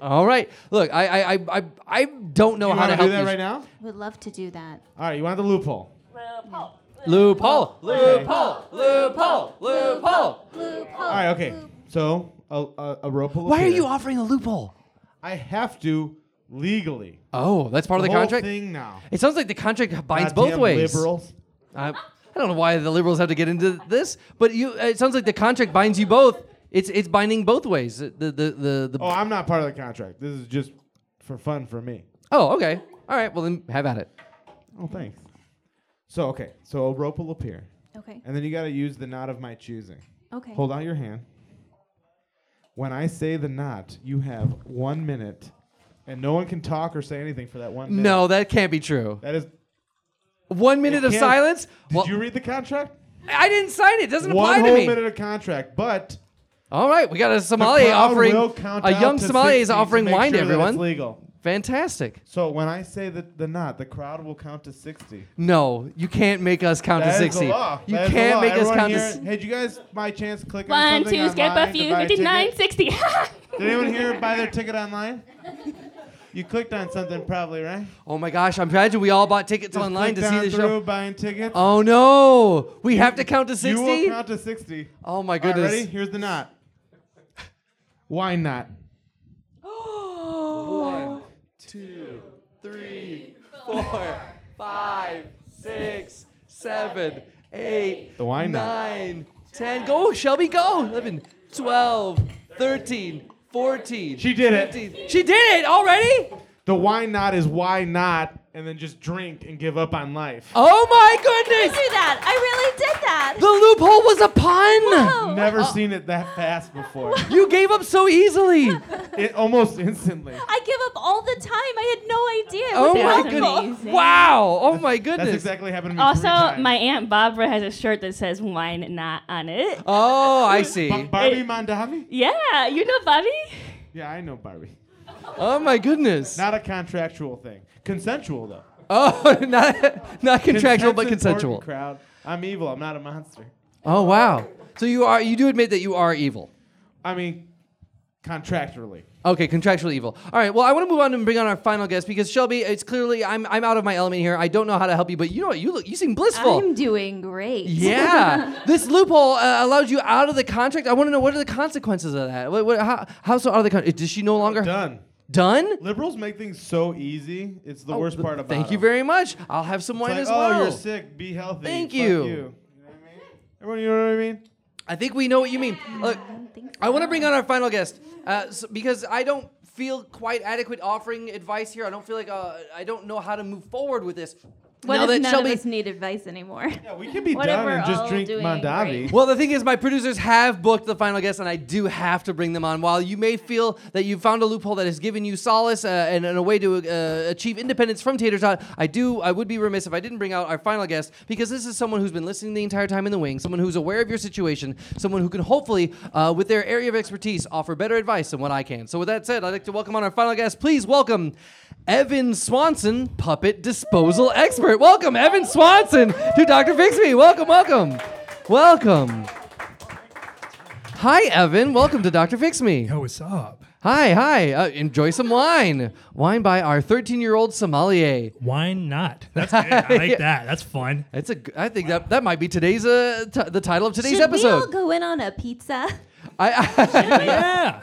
[SPEAKER 1] All right. Look, I I I I, I don't know
[SPEAKER 3] You
[SPEAKER 1] how
[SPEAKER 3] want
[SPEAKER 1] to
[SPEAKER 3] to
[SPEAKER 1] help
[SPEAKER 3] do that
[SPEAKER 1] you.
[SPEAKER 3] right now?
[SPEAKER 2] Would love to do that.
[SPEAKER 3] All right, you want the loophole.
[SPEAKER 1] Loophole,
[SPEAKER 3] Oh,
[SPEAKER 1] loophole, loophole, loophole.
[SPEAKER 3] All right, okay. So a, a, a rope. will
[SPEAKER 1] Why are
[SPEAKER 3] appear.
[SPEAKER 1] you offering a loophole?
[SPEAKER 3] I have to legally.
[SPEAKER 1] Oh, that's part of the
[SPEAKER 3] whole
[SPEAKER 1] contract.
[SPEAKER 3] thing now.
[SPEAKER 1] It sounds like the contract binds both
[SPEAKER 3] Goddamn
[SPEAKER 1] ways.
[SPEAKER 3] Liberals.
[SPEAKER 1] I, I don't know why the liberals have to get into this, but you. It sounds like the contract binds you both. It's it's binding both ways. The the the, the
[SPEAKER 3] Oh, I'm not part of the contract. This is just for fun for me.
[SPEAKER 1] Oh, okay. All right. Well, then have at it.
[SPEAKER 3] Oh, thanks. So, okay. So a rope will appear.
[SPEAKER 2] Okay.
[SPEAKER 3] And then you got to use the knot of my choosing.
[SPEAKER 2] Okay.
[SPEAKER 3] Hold out your hand. When I say the knot, you have one minute, and no one can talk or say anything for that one minute.
[SPEAKER 1] No, that can't be true.
[SPEAKER 3] That is.
[SPEAKER 1] One minute of
[SPEAKER 3] can't-
[SPEAKER 1] silence.
[SPEAKER 3] Did
[SPEAKER 1] well,
[SPEAKER 3] you read the contract?
[SPEAKER 1] I didn't sign it. It Doesn't
[SPEAKER 3] One
[SPEAKER 1] apply
[SPEAKER 3] whole
[SPEAKER 1] to me.
[SPEAKER 3] minute of contract, but
[SPEAKER 1] All right, we got a
[SPEAKER 3] the
[SPEAKER 1] Somali
[SPEAKER 3] crowd
[SPEAKER 1] offering.
[SPEAKER 3] will count
[SPEAKER 1] A
[SPEAKER 3] out
[SPEAKER 1] young
[SPEAKER 3] to
[SPEAKER 1] Somali
[SPEAKER 3] 60
[SPEAKER 1] is
[SPEAKER 3] to
[SPEAKER 1] offering
[SPEAKER 3] make
[SPEAKER 1] wine
[SPEAKER 3] sure
[SPEAKER 1] to
[SPEAKER 3] that it's
[SPEAKER 1] everyone.
[SPEAKER 3] legal.
[SPEAKER 1] Fantastic.
[SPEAKER 3] So when I say the, the knot, the crowd will count to sixty.
[SPEAKER 1] No, you can't make us count
[SPEAKER 3] That
[SPEAKER 1] to
[SPEAKER 3] is
[SPEAKER 1] sixty.
[SPEAKER 3] the law.
[SPEAKER 1] You
[SPEAKER 3] That is the
[SPEAKER 1] can't
[SPEAKER 3] law.
[SPEAKER 1] make
[SPEAKER 3] Everyone
[SPEAKER 1] us count
[SPEAKER 3] here,
[SPEAKER 1] to. s-
[SPEAKER 3] Hey, did you guys by chance click on
[SPEAKER 4] One,
[SPEAKER 3] something
[SPEAKER 4] two, skip
[SPEAKER 3] online
[SPEAKER 4] a
[SPEAKER 3] to
[SPEAKER 4] few.
[SPEAKER 3] buy
[SPEAKER 4] We did
[SPEAKER 3] ticket?
[SPEAKER 4] 960.
[SPEAKER 3] Did anyone here buy their ticket online? You clicked on something probably, right?
[SPEAKER 1] Oh my gosh! I imagine we all bought tickets
[SPEAKER 3] Just
[SPEAKER 1] online to
[SPEAKER 3] clicked
[SPEAKER 1] see
[SPEAKER 3] on
[SPEAKER 1] the
[SPEAKER 3] through,
[SPEAKER 1] show.
[SPEAKER 3] Buying tickets.
[SPEAKER 1] Oh no! We have to count to
[SPEAKER 3] You will
[SPEAKER 1] sixty.
[SPEAKER 3] count to sixty.
[SPEAKER 1] Oh my
[SPEAKER 3] All right, ready?
[SPEAKER 1] goodness!
[SPEAKER 3] Here's the knot. Why not?
[SPEAKER 1] One, two, three, four, five, six, seven, eight,
[SPEAKER 3] The wine knot.
[SPEAKER 1] nine, ten. Go, Shelby, go. 11, 12, 13, 14.
[SPEAKER 3] She did it.
[SPEAKER 1] 15. She did it already?
[SPEAKER 3] The why not is why not, and then just drink and give up on life.
[SPEAKER 1] Oh my
[SPEAKER 2] I
[SPEAKER 1] goodness!
[SPEAKER 2] do that. I really did that.
[SPEAKER 1] The loophole was a pun.
[SPEAKER 2] Whoa.
[SPEAKER 1] Oh.
[SPEAKER 3] Never seen it that fast before.
[SPEAKER 1] You gave up so easily.
[SPEAKER 3] it almost instantly.
[SPEAKER 2] I give up all the time. I had no idea. it
[SPEAKER 1] Oh
[SPEAKER 2] was
[SPEAKER 1] my
[SPEAKER 2] possible.
[SPEAKER 1] goodness. Wow. Oh my
[SPEAKER 3] That's
[SPEAKER 1] goodness.
[SPEAKER 3] exactly happened to me.
[SPEAKER 4] also,
[SPEAKER 3] three times.
[SPEAKER 4] my aunt Barbara has a shirt that says "Wine Not" on it.
[SPEAKER 1] Oh, I see.
[SPEAKER 3] Ba- Barbie Mandami?
[SPEAKER 4] Yeah, you know Bobby.
[SPEAKER 3] Yeah, I know Barbie.
[SPEAKER 1] Oh my goodness.
[SPEAKER 3] Not a contractual thing. Consensual though.
[SPEAKER 1] Oh, not not contractual, but
[SPEAKER 3] Consent's important,
[SPEAKER 1] consensual.
[SPEAKER 3] Crowd. I'm evil. I'm not a monster.
[SPEAKER 1] Oh wow. So you are you do admit that you are evil.
[SPEAKER 3] I mean, contractually.
[SPEAKER 1] Okay, contractual evil. All right. Well, I want to move on and bring on our final guest because Shelby, it's clearly I'm I'm out of my element here. I don't know how to help you, but you know what? You look you seem blissful.
[SPEAKER 2] I'm doing great.
[SPEAKER 1] yeah. this loophole uh, allowed you out of the contract. I want to know what are the consequences of that? What, what, how, how so out of the contract? Does she no longer
[SPEAKER 3] Done.
[SPEAKER 1] done?
[SPEAKER 3] Liberals make things so easy. It's the worst part about
[SPEAKER 1] Oh, Thank you
[SPEAKER 3] them.
[SPEAKER 1] very much. I'll have some
[SPEAKER 3] It's
[SPEAKER 1] wine
[SPEAKER 3] like,
[SPEAKER 1] as
[SPEAKER 3] Oh,
[SPEAKER 1] well.
[SPEAKER 3] you're sick. Be healthy.
[SPEAKER 1] Thank
[SPEAKER 3] Fuck
[SPEAKER 1] you.
[SPEAKER 3] you. You know what I mean? Everyone, you know what I mean?
[SPEAKER 1] I think we know what you mean. Look, I want to bring on our final guest uh, s because I don't feel quite adequate offering advice here. I don't feel like uh, I don't know how to move forward with this.
[SPEAKER 2] What
[SPEAKER 1] Now
[SPEAKER 2] if
[SPEAKER 1] that
[SPEAKER 2] none
[SPEAKER 1] Shelby-
[SPEAKER 2] of us need advice anymore?
[SPEAKER 3] Yeah, we can be
[SPEAKER 2] What if
[SPEAKER 3] done
[SPEAKER 2] we're
[SPEAKER 3] and just
[SPEAKER 2] all
[SPEAKER 3] drink
[SPEAKER 2] doing
[SPEAKER 3] Mandavi.
[SPEAKER 1] Well, the thing is, my producers have booked the final guest, and I do have to bring them on. While you may feel that you found a loophole that has given you solace uh, and, and a way to uh, achieve independence from Tater Tot, I do. I would be remiss if I didn't bring out our final guest because this is someone who's been listening the entire time in the wing, someone who's aware of your situation, someone who can hopefully, uh, with their area of expertise, offer better advice than what I can. So, with that said, I'd like to welcome on our final guest. Please welcome. Evan Swanson, puppet disposal expert. Welcome, Evan Swanson, to Dr. Fix Me. Welcome, welcome. Welcome. Hi, Evan. Welcome to Dr. Fix Me.
[SPEAKER 5] Yo, what's up?
[SPEAKER 1] Hi, hi. Uh, enjoy some wine. Wine by our 13 year old sommelier.
[SPEAKER 5] Why not? That's good. I like that. That's fun.
[SPEAKER 1] It's a. g- I think that that might be today's uh, t- the title of today's
[SPEAKER 2] Should we all
[SPEAKER 1] episode.
[SPEAKER 2] go in on a pizza?
[SPEAKER 1] I,
[SPEAKER 5] Yeah.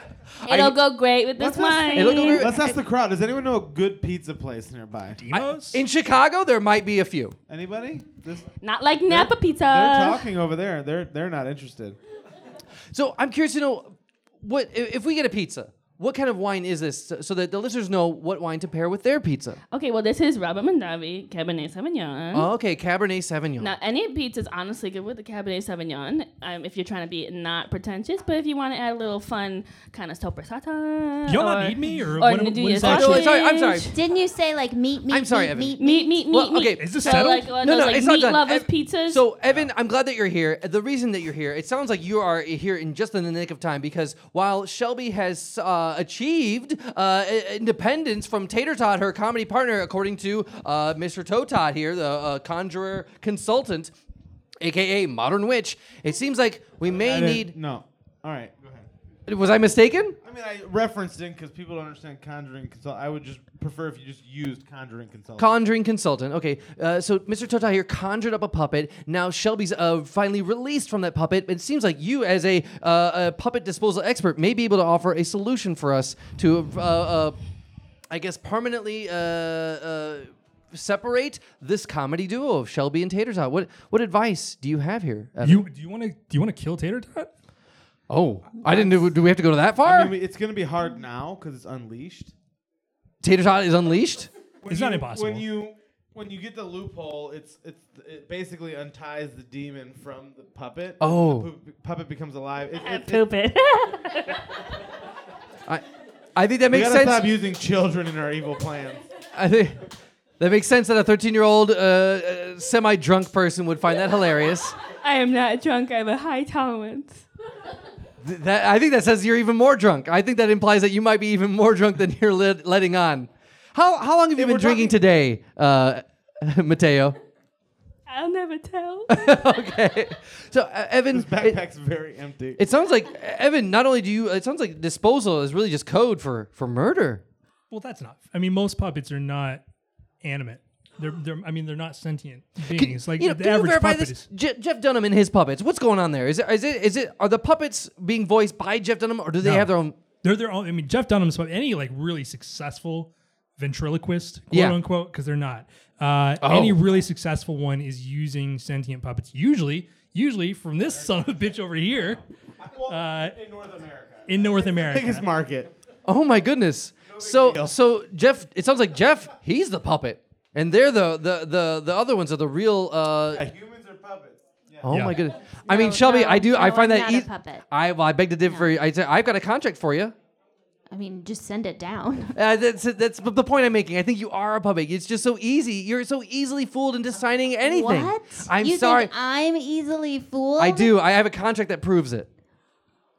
[SPEAKER 4] It'll go great with this
[SPEAKER 3] What's that?
[SPEAKER 4] wine.
[SPEAKER 1] It'll go great-
[SPEAKER 3] Let's ask the crowd. Does anyone know a good pizza place nearby?
[SPEAKER 1] I,
[SPEAKER 5] Demos?
[SPEAKER 1] in Chicago, there might be a few.
[SPEAKER 3] Anybody? This,
[SPEAKER 4] Not like Napa pizza.
[SPEAKER 3] they're talking over there. They're they're not interested.
[SPEAKER 1] So I'm curious to know what i- if we get a pizza. What kind of wine is this, so, so that the listeners know what wine to pair with their pizza?
[SPEAKER 4] Okay, well, this is Robert Mondavi, Cabernet Sauvignon.
[SPEAKER 1] Oh, okay, Cabernet Sauvignon.
[SPEAKER 4] Now, any pizza is honestly good with the Cabernet Sauvignon um, if you're trying to be not pretentious, but if you want to add a little fun kind of soppressata.
[SPEAKER 5] You
[SPEAKER 4] or,
[SPEAKER 5] don't need me, or
[SPEAKER 4] or
[SPEAKER 5] what-
[SPEAKER 4] do
[SPEAKER 5] what
[SPEAKER 4] your
[SPEAKER 5] is
[SPEAKER 1] uh, oh,
[SPEAKER 5] that?
[SPEAKER 1] no, sorry, I'm sorry.
[SPEAKER 4] sausage.
[SPEAKER 2] Didn't you say like meat, meat,
[SPEAKER 1] I'm sorry,
[SPEAKER 2] meat,
[SPEAKER 1] Evan.
[SPEAKER 2] meat, meat?
[SPEAKER 4] Meat, meat, meat,
[SPEAKER 1] Well,
[SPEAKER 4] meat.
[SPEAKER 1] okay.
[SPEAKER 5] Is this
[SPEAKER 4] so
[SPEAKER 5] settled?
[SPEAKER 4] Like, one of those, like, meat lovers
[SPEAKER 1] Ev-
[SPEAKER 4] pizzas.
[SPEAKER 1] So, Evan, I'm glad that you're here. The reason that you're here, it sounds like you are here in just in the nick of time because while Shelby has uh, achieved uh, i- independence from Tater Tot, her comedy partner, according to uh, Mr. Toe Tot here, the uh, conjurer consultant, aka Modern Witch, it seems like we may
[SPEAKER 3] I didn't-
[SPEAKER 1] need.
[SPEAKER 3] no. All right. Go ahead.
[SPEAKER 1] Was I mistaken?
[SPEAKER 3] I mean, I referenced it because people don't understand conjuring consult. I would just prefer if you just used conjuring consult.
[SPEAKER 1] Conjuring consultant. Okay, uh, so Mr. Tota here conjured up a puppet. Now Shelby's uh, finally released from that puppet. It seems like you, as a, uh, a puppet disposal expert, may be able to offer a solution for us to, uh, uh, I guess, permanently uh, uh, separate this comedy duo of Shelby and Tater Tot. What what advice do you have here? Evan?
[SPEAKER 5] You do you want to do you want to kill Tater Tot?
[SPEAKER 1] oh, I didn't. know- Do we have to go to that far?
[SPEAKER 3] I mean, it's gonna be hard now because it's unleashed.
[SPEAKER 1] Tater Tot is unleashed?
[SPEAKER 5] it's not impossible.
[SPEAKER 3] When you when you get the loophole, it's it's it basically unties the demon from the puppet.
[SPEAKER 1] Oh.
[SPEAKER 3] the pu- puppet becomes alive. It, it, it,
[SPEAKER 4] Poop it.
[SPEAKER 1] I, I think that
[SPEAKER 3] we
[SPEAKER 1] makes
[SPEAKER 3] gotta
[SPEAKER 1] sense.
[SPEAKER 3] stop using children in our evil plans.
[SPEAKER 1] I think that makes sense that a 13 year old uh, uh, semi drunk person would find that hilarious.
[SPEAKER 4] I am not drunk. I have a high tolerance.
[SPEAKER 1] Th- that, I think that says you're even more drunk. I think that implies that you might be even more drunk than you're let, letting on. How, how long have you
[SPEAKER 3] If
[SPEAKER 1] been
[SPEAKER 3] we're
[SPEAKER 1] drinking
[SPEAKER 3] talking-
[SPEAKER 1] today, uh, Mateo?
[SPEAKER 4] I'll never tell.
[SPEAKER 1] okay. So, uh, Evan,
[SPEAKER 3] This
[SPEAKER 1] it-
[SPEAKER 3] backpack's very empty.
[SPEAKER 1] It sounds like Evan. Not only do you, it sounds like disposal is really just code for for murder.
[SPEAKER 5] well, that's not. I mean, most puppets are not animate. They're, they're I mean, they're not sentient beings. like
[SPEAKER 1] you know,
[SPEAKER 5] the
[SPEAKER 1] can you
[SPEAKER 5] average
[SPEAKER 1] verify
[SPEAKER 5] puppet
[SPEAKER 1] this?
[SPEAKER 5] is.
[SPEAKER 1] Je- Jeff Dunham and his puppets. What's going on there? Is it is it is it are the puppets being voiced by Jeff Dunham or do they
[SPEAKER 5] No.
[SPEAKER 1] have their own?
[SPEAKER 5] They're their own. I mean, Jeff Dunham's puppet. Any like really successful ventriloquist, quote
[SPEAKER 1] Yeah.
[SPEAKER 5] unquote, because they're not. Uh,
[SPEAKER 1] Oh.
[SPEAKER 5] Any really successful one is using sentient puppets. Usually, usually from this son of a bitch over here uh,
[SPEAKER 3] in North America,
[SPEAKER 5] in North America.
[SPEAKER 3] biggest market.
[SPEAKER 1] Oh my goodness! So
[SPEAKER 3] deal.
[SPEAKER 1] so Jeff, it sounds like Jeff. He's the puppet, and they're the the the, the other ones are the real. Uh,
[SPEAKER 3] Humans are puppets. Yeah.
[SPEAKER 1] Oh
[SPEAKER 5] Yeah.
[SPEAKER 1] my goodness! I mean,
[SPEAKER 2] No,
[SPEAKER 1] Shelby,
[SPEAKER 2] no,
[SPEAKER 1] I do. I
[SPEAKER 2] no,
[SPEAKER 1] find
[SPEAKER 2] I'm
[SPEAKER 1] that
[SPEAKER 2] not
[SPEAKER 1] e-,
[SPEAKER 2] a
[SPEAKER 1] eas-
[SPEAKER 2] puppet.
[SPEAKER 1] I well, I beg to differ. I say, I've got a contract for you.
[SPEAKER 2] I mean, just send it down.
[SPEAKER 1] Uh, that's that's the point I'm making. I think you are a puppet. It's just so easy. You're so easily fooled into signing anything.
[SPEAKER 2] What?
[SPEAKER 1] I'm
[SPEAKER 2] you
[SPEAKER 1] sorry.
[SPEAKER 2] Think I'm easily fooled.
[SPEAKER 1] I do. I have a contract that proves it.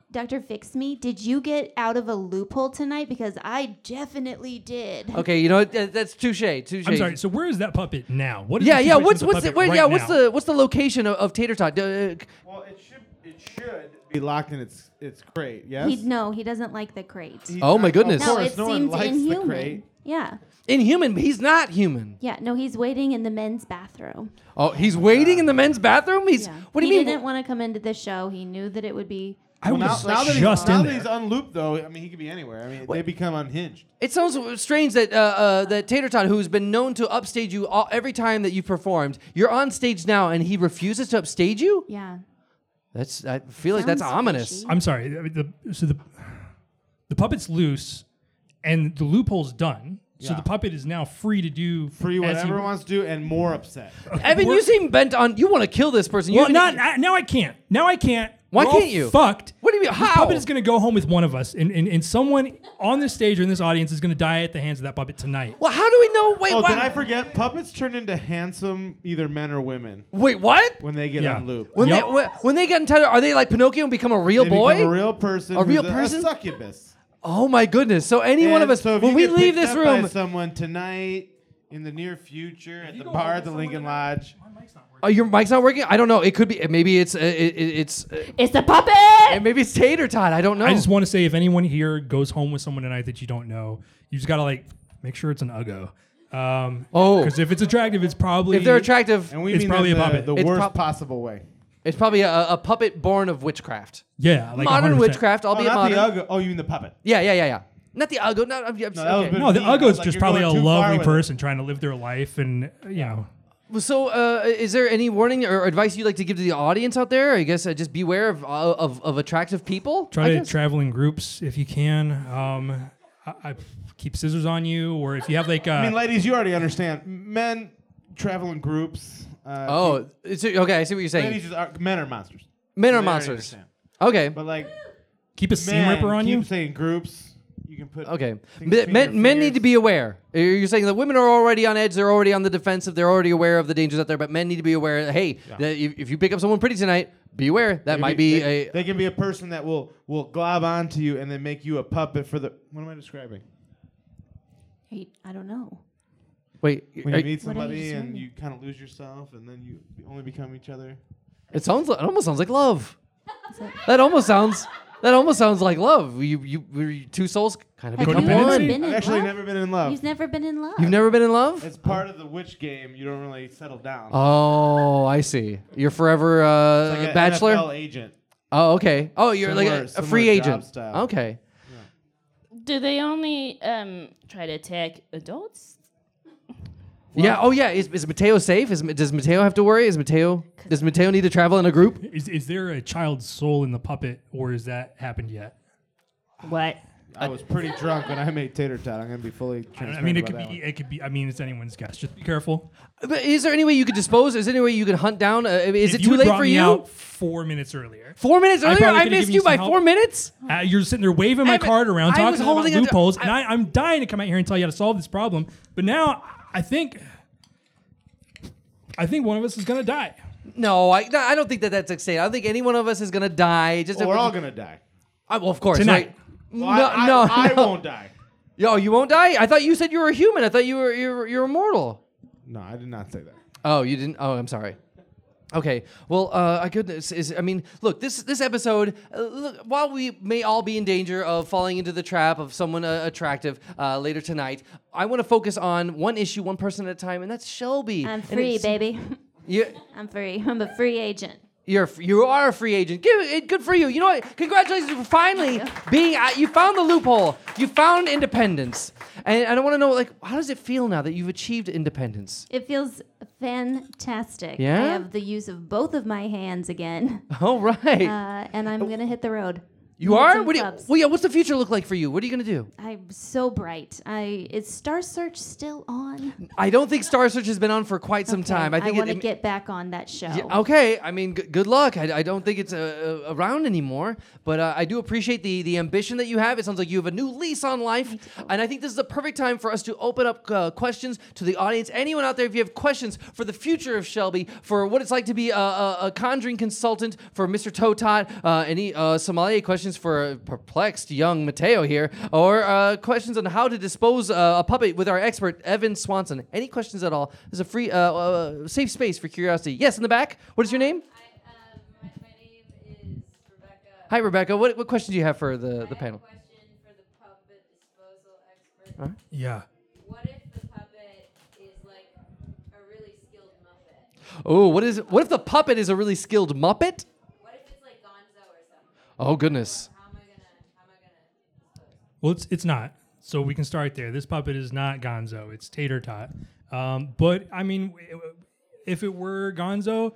[SPEAKER 2] Doctor Fix Me, did you get out of a loophole tonight? Because I definitely did.
[SPEAKER 1] Okay, you know what? That- that's touche. Touche.
[SPEAKER 5] I'm sorry. So where is that puppet now? What is
[SPEAKER 1] yeah,
[SPEAKER 5] the
[SPEAKER 1] yeah.
[SPEAKER 5] situation
[SPEAKER 1] What's
[SPEAKER 5] with
[SPEAKER 1] what's the,
[SPEAKER 5] puppet
[SPEAKER 1] wait,
[SPEAKER 5] right
[SPEAKER 1] yeah? What's
[SPEAKER 5] now?
[SPEAKER 1] the what's the location of, of Tater Tot? Uh, c-
[SPEAKER 3] Well, it should it should be locked in its its crate. Yes.
[SPEAKER 2] He, no, he doesn't like the crate.
[SPEAKER 3] He-
[SPEAKER 1] Oh my
[SPEAKER 3] of
[SPEAKER 1] goodness.
[SPEAKER 2] no,
[SPEAKER 3] course,
[SPEAKER 2] it
[SPEAKER 3] no one
[SPEAKER 2] seems
[SPEAKER 3] likes the
[SPEAKER 2] inhuman.
[SPEAKER 3] crate.
[SPEAKER 2] Yeah.
[SPEAKER 1] inhuman, but he's not human.
[SPEAKER 2] Yeah, no, he's waiting in the men's bathroom.
[SPEAKER 1] Oh, he's waiting in the men's bathroom. He's
[SPEAKER 2] Yeah.
[SPEAKER 1] what do you
[SPEAKER 2] he
[SPEAKER 1] mean?
[SPEAKER 2] didn't want to come into the show. He knew that it would be.
[SPEAKER 5] I
[SPEAKER 3] Well,
[SPEAKER 5] was
[SPEAKER 3] now, now that he's,
[SPEAKER 5] just
[SPEAKER 3] now
[SPEAKER 5] in
[SPEAKER 3] that
[SPEAKER 5] there.
[SPEAKER 3] he's unlooped, though, I mean, he could be anywhere. I mean, they become unhinged.
[SPEAKER 1] It sounds strange that uh, uh, that Tater Tot, who's been known to upstage you all, every time that you performed, you're on stage now and he refuses to upstage you.
[SPEAKER 2] Yeah.
[SPEAKER 1] That's I feel like that's
[SPEAKER 2] Sounds
[SPEAKER 1] ominous.
[SPEAKER 2] fishy.
[SPEAKER 5] I'm sorry. The, the- so the the puppet's loose, and the loophole's done. So
[SPEAKER 3] Yeah.
[SPEAKER 5] the puppet is now free to do
[SPEAKER 3] Free
[SPEAKER 5] as he-
[SPEAKER 3] whatever he wants to do and more upset.
[SPEAKER 1] Evan, you
[SPEAKER 5] We're-
[SPEAKER 1] seem bent on you want to kill this person. You
[SPEAKER 5] Well, not I, now. I can't. Now I can't.
[SPEAKER 1] Why
[SPEAKER 5] We're all
[SPEAKER 1] can't you?
[SPEAKER 5] Fucked.
[SPEAKER 1] What do you mean?
[SPEAKER 5] This
[SPEAKER 1] How?
[SPEAKER 5] puppet is going to go home with one of us, and, and, and someone on this stage or in this audience is going to die at the hands of that puppet tonight.
[SPEAKER 1] Well, how do we know? Wait,
[SPEAKER 3] Oh,
[SPEAKER 1] what?
[SPEAKER 3] did I forget? Puppets turn into handsome either men or women
[SPEAKER 1] Wait, what?
[SPEAKER 3] when they get
[SPEAKER 5] Yeah.
[SPEAKER 3] unlooped.
[SPEAKER 1] When
[SPEAKER 5] Yep.
[SPEAKER 1] they when, when they get entitled, are they like Pinocchio and become a real
[SPEAKER 3] they
[SPEAKER 1] boy?
[SPEAKER 3] become a real person.
[SPEAKER 1] A real
[SPEAKER 3] who's
[SPEAKER 1] person?
[SPEAKER 3] A succubus.
[SPEAKER 1] oh my goodness! So any one of
[SPEAKER 3] And
[SPEAKER 1] us,
[SPEAKER 3] So if
[SPEAKER 1] when
[SPEAKER 3] you
[SPEAKER 1] we
[SPEAKER 3] get
[SPEAKER 1] leave
[SPEAKER 3] picked
[SPEAKER 1] this
[SPEAKER 3] up by
[SPEAKER 1] room,
[SPEAKER 3] someone tonight in the near future at the bar at the Lincoln Lodge.
[SPEAKER 1] oh, your mic's not working. I don't know. It could be. Maybe it's uh, it, it- it's uh,
[SPEAKER 4] It's a puppet.
[SPEAKER 1] and maybe it's Tater Tot. I don't know.
[SPEAKER 5] I just want to say, if anyone here goes home with someone tonight that you don't know, you just got to like make sure it's an uggo. Um,
[SPEAKER 1] Oh.
[SPEAKER 5] because if it's attractive, it's probably
[SPEAKER 1] if they're attractive,
[SPEAKER 3] And we
[SPEAKER 5] It's
[SPEAKER 3] mean
[SPEAKER 5] probably
[SPEAKER 3] in
[SPEAKER 5] a
[SPEAKER 3] the,
[SPEAKER 5] puppet.
[SPEAKER 3] the
[SPEAKER 1] It's
[SPEAKER 3] worst
[SPEAKER 1] prob-
[SPEAKER 3] possible way.
[SPEAKER 1] it's probably a, a puppet born of witchcraft,
[SPEAKER 5] Yeah, like
[SPEAKER 1] modern
[SPEAKER 5] 100%.
[SPEAKER 1] witchcraft. I'll
[SPEAKER 3] Oh,
[SPEAKER 1] be a
[SPEAKER 3] not
[SPEAKER 1] modern.
[SPEAKER 3] the Ugg. Oh, you mean the puppet.
[SPEAKER 5] Uh,
[SPEAKER 1] yeah, yeah, yeah, yeah. Not the ugly. Not I'm, I'm,
[SPEAKER 3] No, that was
[SPEAKER 1] okay.
[SPEAKER 3] good.
[SPEAKER 5] No, the
[SPEAKER 3] Yeah, I was
[SPEAKER 5] uggo's
[SPEAKER 3] like,
[SPEAKER 5] just
[SPEAKER 3] you're
[SPEAKER 5] probably a
[SPEAKER 3] going too far
[SPEAKER 5] lovely
[SPEAKER 3] with it.
[SPEAKER 5] person trying to live their life, and you know,
[SPEAKER 1] Well, So, uh, is there any warning or advice you'd like to give to the audience out there? I guess uh, just beware of, uh, of of attractive people.
[SPEAKER 5] try
[SPEAKER 1] I
[SPEAKER 5] to
[SPEAKER 1] guess.
[SPEAKER 5] travel in groups if you can. Um, I, I keep scissors on you, or if you have like, uh,
[SPEAKER 3] I mean, ladies, you already understand. Men travel in groups. Uh,
[SPEAKER 1] Oh, it's, okay. I see what you're saying.
[SPEAKER 3] ladies just are, men are monsters.
[SPEAKER 1] Men are
[SPEAKER 3] They already
[SPEAKER 1] monsters.
[SPEAKER 3] understand.
[SPEAKER 1] Okay.
[SPEAKER 3] But like,
[SPEAKER 5] keep a seam
[SPEAKER 3] men
[SPEAKER 5] ripper on
[SPEAKER 3] keep
[SPEAKER 5] you.
[SPEAKER 3] saying groups. You can put
[SPEAKER 1] Okay.
[SPEAKER 3] things
[SPEAKER 1] Men,
[SPEAKER 3] between
[SPEAKER 1] men,
[SPEAKER 3] your
[SPEAKER 1] men need to
[SPEAKER 3] fingers.
[SPEAKER 1] be aware. Uh, You're saying that women are already on edge. They're already on the defensive. They're already aware of the dangers out there. But men need to be aware. that, Hey, that if, if you pick up someone pretty tonight, be aware. That
[SPEAKER 3] They
[SPEAKER 1] might
[SPEAKER 3] can
[SPEAKER 1] be
[SPEAKER 3] they,
[SPEAKER 1] a.
[SPEAKER 3] They can be a person that will will glob onto you and then make you a puppet for the. What am I describing?
[SPEAKER 2] He- I don't know.
[SPEAKER 1] wait.
[SPEAKER 3] When
[SPEAKER 1] are-
[SPEAKER 2] What
[SPEAKER 3] you meet
[SPEAKER 2] are you
[SPEAKER 3] somebody and
[SPEAKER 2] describing?
[SPEAKER 3] you kind of lose yourself and then you only become each other.
[SPEAKER 1] it sounds. It almost sounds like love.
[SPEAKER 2] Is it-
[SPEAKER 1] That almost sounds. That almost sounds like love. You you, you two souls kind of
[SPEAKER 2] Have
[SPEAKER 1] become
[SPEAKER 2] you ever
[SPEAKER 1] one.
[SPEAKER 5] Codependency?
[SPEAKER 2] been in
[SPEAKER 3] I've actually
[SPEAKER 2] love?
[SPEAKER 3] never been in
[SPEAKER 1] Oh.
[SPEAKER 3] love.
[SPEAKER 2] You've never been in love.
[SPEAKER 1] You've never been in love.
[SPEAKER 3] It's part of the witch game. You don't really settle down.
[SPEAKER 1] Oh, I see. You're forever uh,
[SPEAKER 3] Like a
[SPEAKER 1] bachelor.
[SPEAKER 3] NFL agent.
[SPEAKER 1] Oh, okay. Oh, you're
[SPEAKER 3] Similar-
[SPEAKER 1] like a, a
[SPEAKER 3] similar
[SPEAKER 1] free
[SPEAKER 3] job
[SPEAKER 1] agent.
[SPEAKER 3] style.
[SPEAKER 1] Okay.
[SPEAKER 4] Do they only um, try to attack adults?
[SPEAKER 1] yeah. Oh, yeah. Is, is Mateo safe? Is does Mateo have to worry? Is Mateo does Mateo need to travel in a group?
[SPEAKER 5] Is, is there a child's soul in the puppet, or has that happened yet?
[SPEAKER 4] What?
[SPEAKER 3] I was pretty drunk when I made tater tot. I'm gonna be fully transparent
[SPEAKER 5] I mean, it
[SPEAKER 3] about
[SPEAKER 5] could
[SPEAKER 3] that
[SPEAKER 5] be.
[SPEAKER 3] one.
[SPEAKER 5] It could be. I mean, it's anyone's guess. Just be careful.
[SPEAKER 1] But is there any way you could dispose? Is there any way you could hunt down? Uh, is it
[SPEAKER 5] If you
[SPEAKER 1] too
[SPEAKER 5] had
[SPEAKER 1] late
[SPEAKER 5] brought
[SPEAKER 1] for
[SPEAKER 5] me
[SPEAKER 1] you?
[SPEAKER 5] Out four minutes earlier.
[SPEAKER 1] Four minutes
[SPEAKER 5] I
[SPEAKER 1] earlier,
[SPEAKER 5] probably
[SPEAKER 1] I,
[SPEAKER 5] could've
[SPEAKER 1] missed
[SPEAKER 5] given
[SPEAKER 1] you
[SPEAKER 5] you
[SPEAKER 1] by
[SPEAKER 5] some
[SPEAKER 1] four
[SPEAKER 5] help.
[SPEAKER 1] minutes.
[SPEAKER 5] Uh, you're sitting there waving my
[SPEAKER 1] Oh. I haven't-
[SPEAKER 5] card
[SPEAKER 1] I
[SPEAKER 5] around,
[SPEAKER 1] was
[SPEAKER 5] talking about
[SPEAKER 1] holding on to-
[SPEAKER 5] loopholes,
[SPEAKER 1] I-
[SPEAKER 5] and I, I'm dying to come out here and tell you how to solve this problem. But now I think, I think one of us is gonna die.
[SPEAKER 1] No, I, no, I don't think that that's exciting. I don't think any one of us is gonna die. Just
[SPEAKER 3] Well, we're all gonna die.
[SPEAKER 1] I, well, of course,
[SPEAKER 5] Tonight.
[SPEAKER 1] right?
[SPEAKER 3] Well, I, I-
[SPEAKER 1] no, no,
[SPEAKER 3] I
[SPEAKER 1] no.
[SPEAKER 3] won't die.
[SPEAKER 1] Yo, you won't die. I thought you said you were a human. I thought you were you're you're immortal.
[SPEAKER 3] No, I did not say that.
[SPEAKER 1] Oh, you didn't. Oh, I'm sorry. Okay. Well, uh, I goodness is. I mean, look this this episode. Uh, look, while we may all be in danger of falling into the trap of someone uh, attractive uh, later tonight, I want to focus on one issue, one person at a time, and that's Shelby.
[SPEAKER 2] I'm
[SPEAKER 1] And
[SPEAKER 2] free,
[SPEAKER 1] it's-
[SPEAKER 2] baby.
[SPEAKER 1] You,
[SPEAKER 2] I'm free. I'm a free agent.
[SPEAKER 1] You're f- you are a free agent. Give it good for you. You know what? Congratulations for finally being out. You found the loophole. You found independence. And I don't want to know like how does it feel now that you've achieved independence?
[SPEAKER 2] It feels fantastic.
[SPEAKER 1] Yeah?
[SPEAKER 2] I have the use of both of my hands again,
[SPEAKER 1] All right.
[SPEAKER 2] uh, and I'm gonna hit the road.
[SPEAKER 1] you
[SPEAKER 2] hit
[SPEAKER 1] are.
[SPEAKER 2] some
[SPEAKER 1] What do you,
[SPEAKER 2] clubs.
[SPEAKER 1] well, yeah, what's the future look like for you? What are you gonna do?
[SPEAKER 2] I'm so bright. I is Star Search still on?
[SPEAKER 1] I don't think Star Search has been on for quite some time. I
[SPEAKER 2] I
[SPEAKER 1] think
[SPEAKER 2] want to
[SPEAKER 1] it, it-
[SPEAKER 2] get back on that show.
[SPEAKER 1] Yeah, oh okay. I mean, g- good luck. I, I don't think it's uh, uh, around anymore, but uh, I do appreciate the the ambition that you have. It sounds like you have a new lease on life, and I think this is the perfect time for us to open up uh, questions to the audience. Anyone out there, if you have questions for the future of Shelby, for what it's like to be uh, a, a, a conjuring consultant for Mr. Totot, uh, any uh, sommelier questions for uh, perplexed young Mateo here, or uh, questions on how to dispose uh, a puppet with our expert Evan Swanson. Any questions at all? There's a free, uh, uh, safe space for curiosity. Yes, in the back. What is your name?
[SPEAKER 6] Um, my, my name is Rebecca.
[SPEAKER 1] Hi, Rebecca. What, what question do you have for the, the panel?
[SPEAKER 6] Question for the puppet disposal expert.
[SPEAKER 5] Yeah.
[SPEAKER 6] What if the puppet is like a really skilled muppet?
[SPEAKER 1] Oh, what is? What if the puppet is a really skilled Muppet?
[SPEAKER 6] What if it's like Gonzo or something?
[SPEAKER 1] Oh goodness.
[SPEAKER 6] How am I gonna? How am I gonna?
[SPEAKER 5] Well, it's it's not. So we can start there. This puppet is not Gonzo. It's Tater Tot. Um, but I mean, w- w- if it were Gonzo,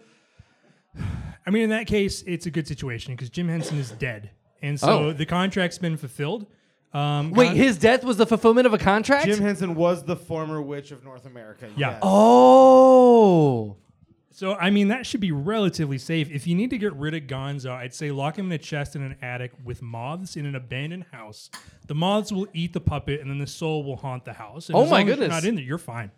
[SPEAKER 5] I mean, in that case, it's a good situation because Jim Henson is dead, and so
[SPEAKER 1] Oh.
[SPEAKER 5] the contract's been fulfilled. Um,
[SPEAKER 1] Wait,
[SPEAKER 5] Gon-
[SPEAKER 1] his death was the fulfillment of a contract.
[SPEAKER 3] Jim Henson was the former witch of North America.
[SPEAKER 5] Yeah.
[SPEAKER 3] yes.
[SPEAKER 1] oh.
[SPEAKER 5] So I mean, that should be relatively safe. If you need to get rid of Gonzo, I'd say lock him in a chest in an attic with moths in an abandoned house. The moths will eat the puppet, and then the soul will haunt the house. And
[SPEAKER 1] Oh
[SPEAKER 5] as
[SPEAKER 1] my
[SPEAKER 5] long as you're
[SPEAKER 1] goodness.
[SPEAKER 5] not in there, you're fine.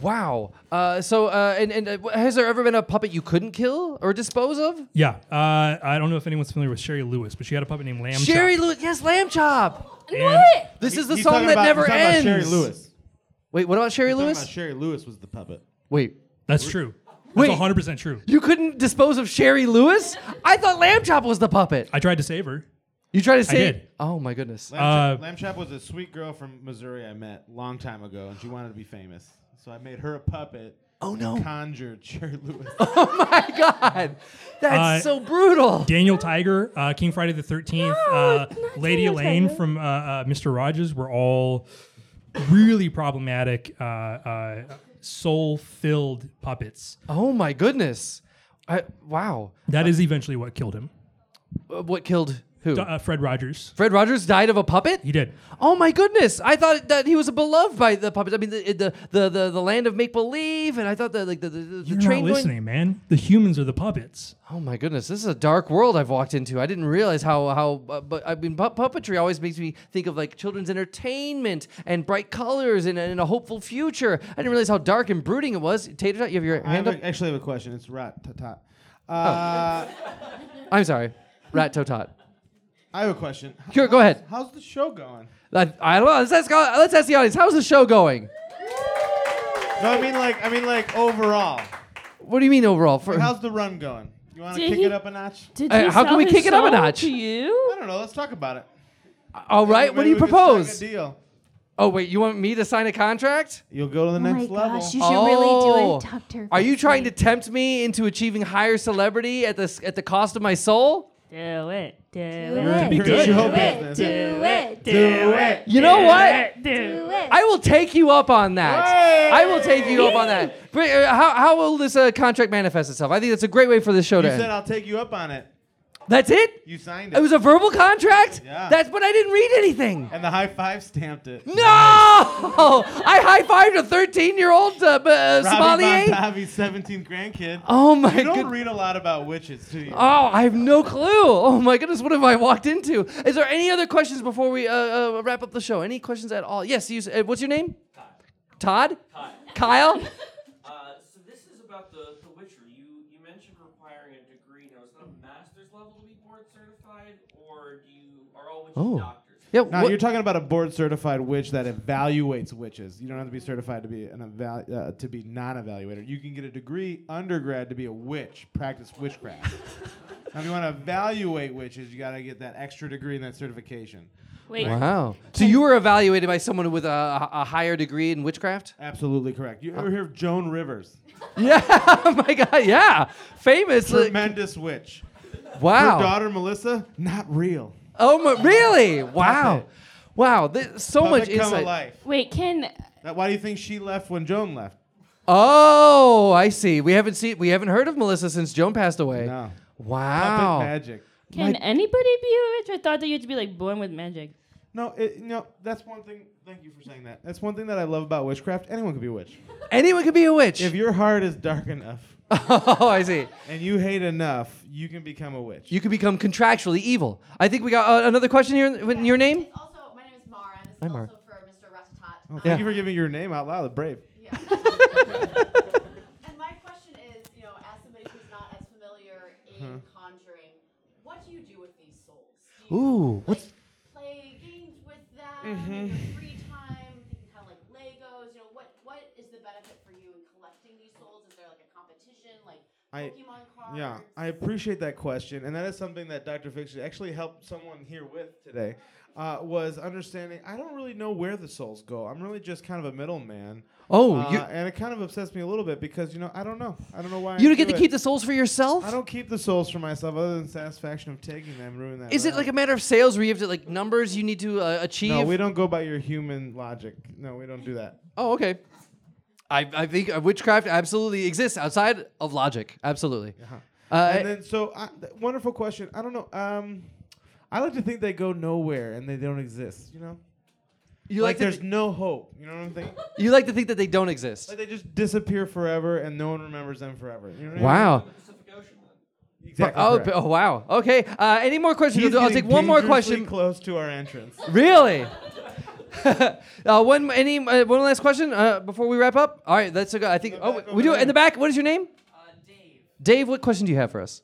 [SPEAKER 1] Wow. Uh, so, uh, and, and uh, w- has there ever been a puppet you couldn't kill or dispose of?
[SPEAKER 5] Yeah, uh, I don't know if anyone's familiar with Sherry Lewis, but she had a puppet named Lamb.
[SPEAKER 1] Sherry
[SPEAKER 5] Chop.
[SPEAKER 1] Lewis, yes, Lamb Chop.
[SPEAKER 5] And-
[SPEAKER 4] What?
[SPEAKER 1] This
[SPEAKER 3] He-
[SPEAKER 1] is the
[SPEAKER 3] he's
[SPEAKER 1] song
[SPEAKER 3] talking
[SPEAKER 1] that
[SPEAKER 3] about-
[SPEAKER 1] never
[SPEAKER 3] he's talking
[SPEAKER 1] ends.
[SPEAKER 3] About Sherry Lewis.
[SPEAKER 1] Wait, what about Sherry
[SPEAKER 3] He's talking
[SPEAKER 1] Lewis?
[SPEAKER 3] about Sherry Lewis was the puppet.
[SPEAKER 1] Wait,
[SPEAKER 5] That's true.
[SPEAKER 1] Wait.
[SPEAKER 5] That's 100 percent true.
[SPEAKER 1] you couldn't dispose of Sherry Lewis? I thought Lamb Chop was the puppet.
[SPEAKER 5] I tried to save her.
[SPEAKER 1] You try to say?
[SPEAKER 5] did.
[SPEAKER 1] Oh my goodness.
[SPEAKER 5] Uh,
[SPEAKER 3] Lamb, Chop, Lamb Chop was a sweet girl from Missouri I met long time ago, and she wanted to be famous. So I made her a puppet.
[SPEAKER 1] Oh
[SPEAKER 3] and
[SPEAKER 1] no.
[SPEAKER 3] Conjured Sherry Lewis.
[SPEAKER 1] Oh my God, that's
[SPEAKER 5] Uh,
[SPEAKER 1] so brutal.
[SPEAKER 5] Daniel Tiger, uh, King Friday the 13th, uh,
[SPEAKER 4] not
[SPEAKER 5] Lady
[SPEAKER 4] Daniel
[SPEAKER 5] Elaine
[SPEAKER 4] Tiger.
[SPEAKER 5] from uh, uh, Mr. Rogers were all really problematic, uh, uh, soul filled puppets.
[SPEAKER 1] Oh my goodness. I, wow.
[SPEAKER 5] That is eventually what killed him.
[SPEAKER 1] Uh, What killed who?
[SPEAKER 5] D- uh, Fred Rogers.
[SPEAKER 1] Fred Rogers died of a puppet.
[SPEAKER 5] He did.
[SPEAKER 1] Oh my goodness! I thought that he was beloved by the puppets. I mean, the the the, the, the land of make believe, and I thought that like the the, the, the
[SPEAKER 5] You're
[SPEAKER 1] train
[SPEAKER 5] not
[SPEAKER 1] going-
[SPEAKER 5] listening, man. The humans are the puppets.
[SPEAKER 1] Oh my goodness! This is a dark world I've walked into. I didn't realize how how. Uh, but I mean, pu- puppetry always makes me think of like children's entertainment and bright colors and, and a hopeful future. I didn't realize how dark and brooding it was. Tater tot, you have your
[SPEAKER 3] I have
[SPEAKER 1] hand up.
[SPEAKER 3] a, actually have a question. It's rat tat tat.
[SPEAKER 1] Oh.
[SPEAKER 3] Uh,
[SPEAKER 1] I'm sorry, rat tot tot.
[SPEAKER 3] I have a question. H-
[SPEAKER 1] Sure, go
[SPEAKER 3] how's-
[SPEAKER 1] ahead.
[SPEAKER 3] How's the show going?
[SPEAKER 1] I, I don't know. Let's ask, let's ask the audience. How's the show going?
[SPEAKER 3] No, I mean like I mean like overall.
[SPEAKER 1] What do you mean overall? For,
[SPEAKER 3] How's the run going? You want to
[SPEAKER 4] Did
[SPEAKER 3] kick
[SPEAKER 4] he-
[SPEAKER 3] it up a notch?
[SPEAKER 4] Did
[SPEAKER 1] Uh,
[SPEAKER 4] you
[SPEAKER 1] how can
[SPEAKER 4] sell
[SPEAKER 1] we
[SPEAKER 4] his
[SPEAKER 1] kick it up a
[SPEAKER 4] soul
[SPEAKER 1] notch?
[SPEAKER 4] To you?
[SPEAKER 3] I don't know. Let's talk about it.
[SPEAKER 1] all right. What do you
[SPEAKER 3] Maybe we could strike
[SPEAKER 1] propose?
[SPEAKER 3] A deal.
[SPEAKER 1] Oh wait, you want me to sign a contract?
[SPEAKER 3] You'll go to the
[SPEAKER 2] Oh my
[SPEAKER 3] next level.
[SPEAKER 2] gosh, you should
[SPEAKER 1] Oh.
[SPEAKER 2] really do a doctor.
[SPEAKER 1] Are you trying to tempt me into achieving higher celebrity at the s- at the cost of my soul?
[SPEAKER 4] Do it. Do
[SPEAKER 2] You're
[SPEAKER 4] it.
[SPEAKER 2] a
[SPEAKER 3] Pretty
[SPEAKER 5] good.
[SPEAKER 3] show
[SPEAKER 5] Do it,
[SPEAKER 3] business.
[SPEAKER 2] do it? Do
[SPEAKER 3] Do it.
[SPEAKER 1] You know what?
[SPEAKER 4] Do it.
[SPEAKER 2] it?
[SPEAKER 1] I will take you up on that.
[SPEAKER 3] Hey!
[SPEAKER 1] I will take you up on that. Br- uh, How, how will this uh, contract manifest itself? I think that's a great way for this show
[SPEAKER 3] You
[SPEAKER 1] to
[SPEAKER 3] said
[SPEAKER 1] end.
[SPEAKER 3] I'll take you up on it.
[SPEAKER 1] That's it?
[SPEAKER 3] You signed it.
[SPEAKER 1] It was a verbal contract?
[SPEAKER 3] Yeah.
[SPEAKER 1] That's but I didn't read anything.
[SPEAKER 3] and the high five stamped it.
[SPEAKER 1] No! I high fived a 13 year old uh, b- uh,
[SPEAKER 3] Robbie
[SPEAKER 1] sommelier.
[SPEAKER 3] Montavi's 17th grandkid.
[SPEAKER 1] Oh my
[SPEAKER 3] you don't
[SPEAKER 1] goodness.
[SPEAKER 3] read a lot about witches, do you?
[SPEAKER 1] Oh, I have no clue. Oh my goodness, what have I walked into? Is there any other questions before we uh, uh, wrap up the show? Any questions at all? Yes, you, s- uh, what's your name? Todd. Todd? Kyle?
[SPEAKER 7] Uh, so this is about the, the Witcher. You you mentioned requiring a degree. Now, is that a master's level to be board certified, or do you are all witches
[SPEAKER 1] Oh.
[SPEAKER 7] doctors?
[SPEAKER 1] Yeah,
[SPEAKER 3] Now
[SPEAKER 1] what-
[SPEAKER 3] you're talking about a board-certified witch that evaluates witches. You don't have to be certified to be an eval- uh, to be non-evaluator. You can get a degree undergrad to be a witch, practice witchcraft. now, if you want to evaluate witches, you got to get that extra degree and that certification.
[SPEAKER 4] Wait,
[SPEAKER 1] wow. So you were evaluated by someone with a, a a higher degree in witchcraft?
[SPEAKER 3] Absolutely correct. You
[SPEAKER 1] Uh,
[SPEAKER 3] ever hear of Joan Rivers?
[SPEAKER 1] Yeah. oh my God. Yeah. Famous. like-
[SPEAKER 3] Tremendous witch.
[SPEAKER 1] wow.
[SPEAKER 3] Her daughter Melissa, not real.
[SPEAKER 1] Oh my, really? Wow. Wow. Th- so much
[SPEAKER 3] Puppet come
[SPEAKER 1] insight.
[SPEAKER 3] alive.
[SPEAKER 4] wait, can
[SPEAKER 3] That, why do you think she left when Joan left?
[SPEAKER 1] Oh, I see. We haven't seen we haven't heard of Melissa since Joan passed away.
[SPEAKER 3] No.
[SPEAKER 1] Wow.
[SPEAKER 3] Puppet magic.
[SPEAKER 4] can anybody be a witch? I thought that you had to be like born with magic.
[SPEAKER 3] No, it, no, that's one thing. Thank you for saying that. That's one thing that I love about witchcraft. Anyone can be a witch.
[SPEAKER 1] Anyone could be a witch.
[SPEAKER 3] If your heart is dark enough
[SPEAKER 1] oh, I see.
[SPEAKER 3] and you hate enough, you can become a witch.
[SPEAKER 1] You could become contractually evil. I think we got uh, another question here. in- in Your name?
[SPEAKER 6] It's also, my name is Mara. and This
[SPEAKER 1] Hi,
[SPEAKER 6] is
[SPEAKER 1] Mara.
[SPEAKER 6] also for Mr. Ratatat.
[SPEAKER 3] Oh, thank
[SPEAKER 1] Yeah.
[SPEAKER 3] you for giving your name out loud. Brave.
[SPEAKER 6] Yeah. and my question is, you know, as somebody who's not as familiar
[SPEAKER 3] Hmm.
[SPEAKER 6] in conjuring, what do you do with these souls? Do you
[SPEAKER 1] Ooh,
[SPEAKER 6] like,
[SPEAKER 1] what's-
[SPEAKER 6] play games with them
[SPEAKER 3] Mm-hmm.
[SPEAKER 6] in your free time? Thinking kind of like Legos. You know, what what is the benefit for you in collecting these souls? Is there like a competition, like
[SPEAKER 3] I-
[SPEAKER 6] Pokemon cards?
[SPEAKER 3] Yeah, I appreciate that question, and that is something that Dr. Fiction actually helped someone here with today. Uh, was understanding. I don't really know where the souls go. I'm really just kind of a middleman.
[SPEAKER 1] Oh,
[SPEAKER 3] Uh,
[SPEAKER 1] you
[SPEAKER 3] and it kind of upsets me a little bit because you know I don't know. I don't know why.
[SPEAKER 1] you
[SPEAKER 3] I
[SPEAKER 1] don't get
[SPEAKER 3] do
[SPEAKER 1] to
[SPEAKER 3] it.
[SPEAKER 1] keep the souls for yourself?
[SPEAKER 3] I don't keep the souls for myself other than satisfaction of taking them. Ruin that.
[SPEAKER 1] Is it
[SPEAKER 3] round.
[SPEAKER 1] like a matter of sales where you have to like numbers you need to uh, achieve?
[SPEAKER 3] No, we don't go by your human logic. No, we don't do that.
[SPEAKER 1] Oh, okay. I, I think uh, witchcraft absolutely exists outside of logic. Absolutely. Uh,
[SPEAKER 3] Uh-huh. and then so I, th- wonderful question. I don't know. Um, I like to think they go nowhere and they don't exist. You know,
[SPEAKER 1] you like, to
[SPEAKER 3] there's
[SPEAKER 1] th-
[SPEAKER 3] no hope. You know what I'm thinking?
[SPEAKER 1] you like to think that they don't exist.
[SPEAKER 3] like they just disappear forever and no one remembers them forever. You know what I mean?
[SPEAKER 1] Wow.
[SPEAKER 7] Pacific Ocean. Then.
[SPEAKER 3] Exactly.
[SPEAKER 1] oh,
[SPEAKER 3] correct.
[SPEAKER 1] oh, wow. Okay. Uh, any more questions?
[SPEAKER 3] He's
[SPEAKER 1] I'll
[SPEAKER 3] getting
[SPEAKER 1] take one more
[SPEAKER 3] dangerously
[SPEAKER 1] question.
[SPEAKER 3] Close to our entrance.
[SPEAKER 1] really? uh, one any uh, one last question uh, before we wrap up. All right, that's a go. I think.
[SPEAKER 3] the
[SPEAKER 1] Oh,
[SPEAKER 3] back
[SPEAKER 1] we
[SPEAKER 3] over
[SPEAKER 1] do
[SPEAKER 3] there.
[SPEAKER 1] in the back. What is your name?
[SPEAKER 7] Uh, Dave,
[SPEAKER 1] Dave. What question do you have for us?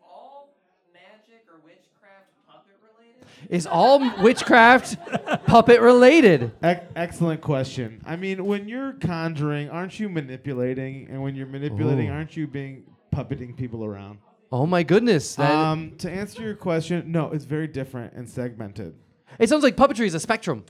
[SPEAKER 7] is all magic or witchcraft puppet related?
[SPEAKER 1] Is all witchcraft puppet related?
[SPEAKER 3] Ec- excellent question. I mean, when you're conjuring, aren't you manipulating? And when you're manipulating,
[SPEAKER 1] Ooh.
[SPEAKER 3] aren't you being puppeting people around?
[SPEAKER 1] Oh my goodness! That,
[SPEAKER 3] Um, to answer your question, no, it's very different and segmented.
[SPEAKER 1] it sounds like puppetry is a spectrum.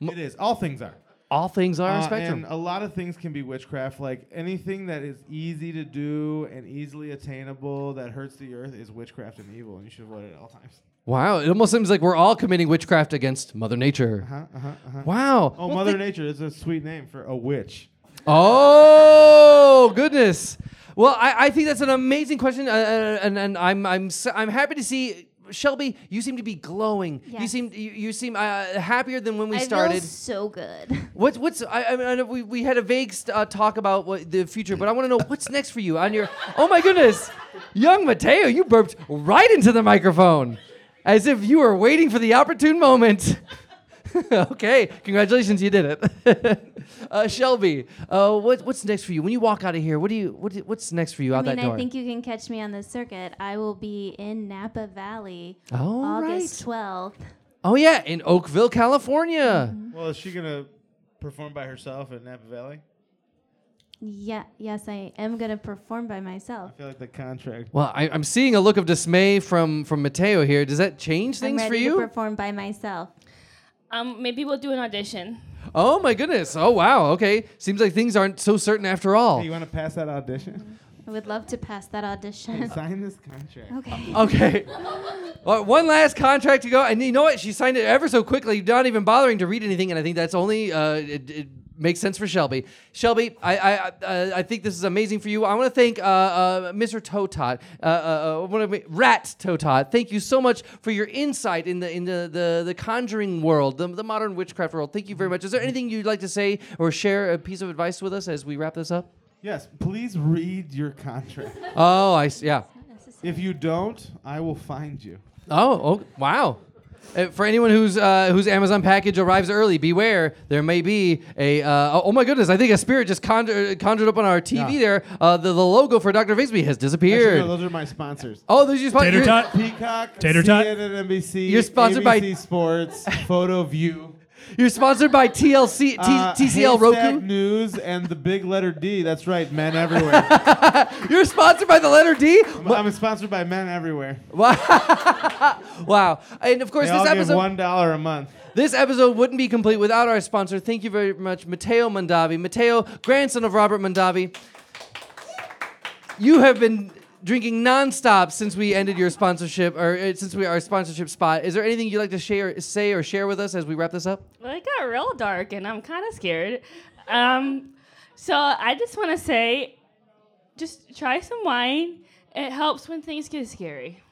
[SPEAKER 3] It is. All things are.
[SPEAKER 1] All things are a
[SPEAKER 3] Uh,
[SPEAKER 1] spectrum.
[SPEAKER 3] and a lot of things can be witchcraft. Like anything that is easy to do and easily attainable that hurts the earth is witchcraft and evil, and you should avoid it at all times.
[SPEAKER 1] Wow, it almost seems like we're all committing witchcraft against Mother Nature.
[SPEAKER 3] Uh-huh, uh-huh, uh-huh.
[SPEAKER 1] Wow.
[SPEAKER 3] Oh,
[SPEAKER 1] Well,
[SPEAKER 3] Mother
[SPEAKER 1] thi-
[SPEAKER 3] Nature is a sweet name for a witch.
[SPEAKER 1] Oh, goodness. Well, I, I think that's an amazing question, uh, uh, and, and I'm I'm s- I'm happy to see Shelby. You seem to be glowing. You
[SPEAKER 2] Yes.
[SPEAKER 1] seem you, you seem uh, happier than when we
[SPEAKER 2] I
[SPEAKER 1] started.
[SPEAKER 2] feel so good.
[SPEAKER 1] What's what's I, I mean I know we, we had a vague st- uh, talk about what the future, but I want to know what's next for you on your. Oh my goodness, young Mateo, you burped right into the microphone, as if you were waiting for the opportune moment. okay, congratulations, you did it. uh, Shelby, uh, what, what's next for you when you walk out of here? What do you what do- what's next for you
[SPEAKER 2] I
[SPEAKER 1] out
[SPEAKER 2] mean,
[SPEAKER 1] that door?
[SPEAKER 2] I think you can catch me on the circuit. I will be in Napa Valley
[SPEAKER 1] All
[SPEAKER 2] August
[SPEAKER 1] right.
[SPEAKER 2] 12th.
[SPEAKER 1] Oh yeah, in Oakville, California.
[SPEAKER 2] Mm-hmm.
[SPEAKER 3] Well, is she gonna perform by herself at Napa Valley?
[SPEAKER 2] Yeah, yes, I am going to perform by myself.
[SPEAKER 3] I feel like the contract.
[SPEAKER 1] Well, I, I'm seeing a look of dismay from from Mateo here. Does that change things
[SPEAKER 2] I'm
[SPEAKER 1] for
[SPEAKER 2] ready
[SPEAKER 1] you?
[SPEAKER 2] to perform by myself.
[SPEAKER 4] Um, maybe we'll do an audition.
[SPEAKER 1] Oh my goodness. Oh wow. Okay. Seems like things aren't so certain after all.
[SPEAKER 3] Hey, you want to pass that audition?
[SPEAKER 2] I would love to pass that audition.
[SPEAKER 3] Sign this contract.
[SPEAKER 2] okay.
[SPEAKER 1] Okay. Well, one last contract to go. And you know what? She signed it ever so quickly, not even bothering to read anything. And I think that's only uh, it, it Makes sense for Shelby. Shelby, I I I, uh, I think this is amazing for you. I want to thank uh, uh, Mr. Totot, uh, uh, uh, one of my- Rat Totot. Thank you so much for your insight in the in the the, the conjuring world, the, the modern witchcraft world. Thank you very much. Is there anything you'd like to say or share a piece of advice with us as we wrap this up?
[SPEAKER 3] Yes, please read your contract.
[SPEAKER 1] Oh, I s- yeah.
[SPEAKER 3] if you don't, I will find you.
[SPEAKER 1] Oh, oh wow. Uh, For anyone whose uh, whose Amazon package arrives early, beware there may be a. Uh, oh my goodness! I think a spirit just conjured, conjured up on our TV.
[SPEAKER 3] Yeah.
[SPEAKER 1] There, uh, the, the logo for Doctor Fixby has disappeared.
[SPEAKER 3] Actually, no, those are my sponsors.
[SPEAKER 1] oh, there's your spot.
[SPEAKER 5] Tater
[SPEAKER 1] you're-
[SPEAKER 5] tot.
[SPEAKER 3] Peacock,
[SPEAKER 5] Tater tot.
[SPEAKER 3] CNN, NBC,
[SPEAKER 1] You're sponsored by-
[SPEAKER 3] ABC Sports, Photo View,
[SPEAKER 1] You're sponsored by TLC, T-
[SPEAKER 3] uh,
[SPEAKER 1] TCL
[SPEAKER 3] Haystack
[SPEAKER 1] Roku.
[SPEAKER 3] News, and the big letter D. That's right, men everywhere.
[SPEAKER 1] You're sponsored by the letter D.
[SPEAKER 3] I'm, I'm sponsored by men everywhere.
[SPEAKER 1] Wow! And of course,
[SPEAKER 3] They
[SPEAKER 1] this
[SPEAKER 3] all give
[SPEAKER 1] episode
[SPEAKER 3] one dollar a month.
[SPEAKER 1] This episode wouldn't be complete without our sponsor. Thank you very much, Matteo Mandavi. Matteo, grandson of Robert Mandavi. You have been drinking nonstop since we ended your sponsorship, or uh, since we our sponsorship spot. Is there anything you'd like to share, say, or share with us as we wrap this up?
[SPEAKER 4] Well, it got real dark, and I'm kind of scared. Um, so I just want to say, just try some wine. It helps when things get scary.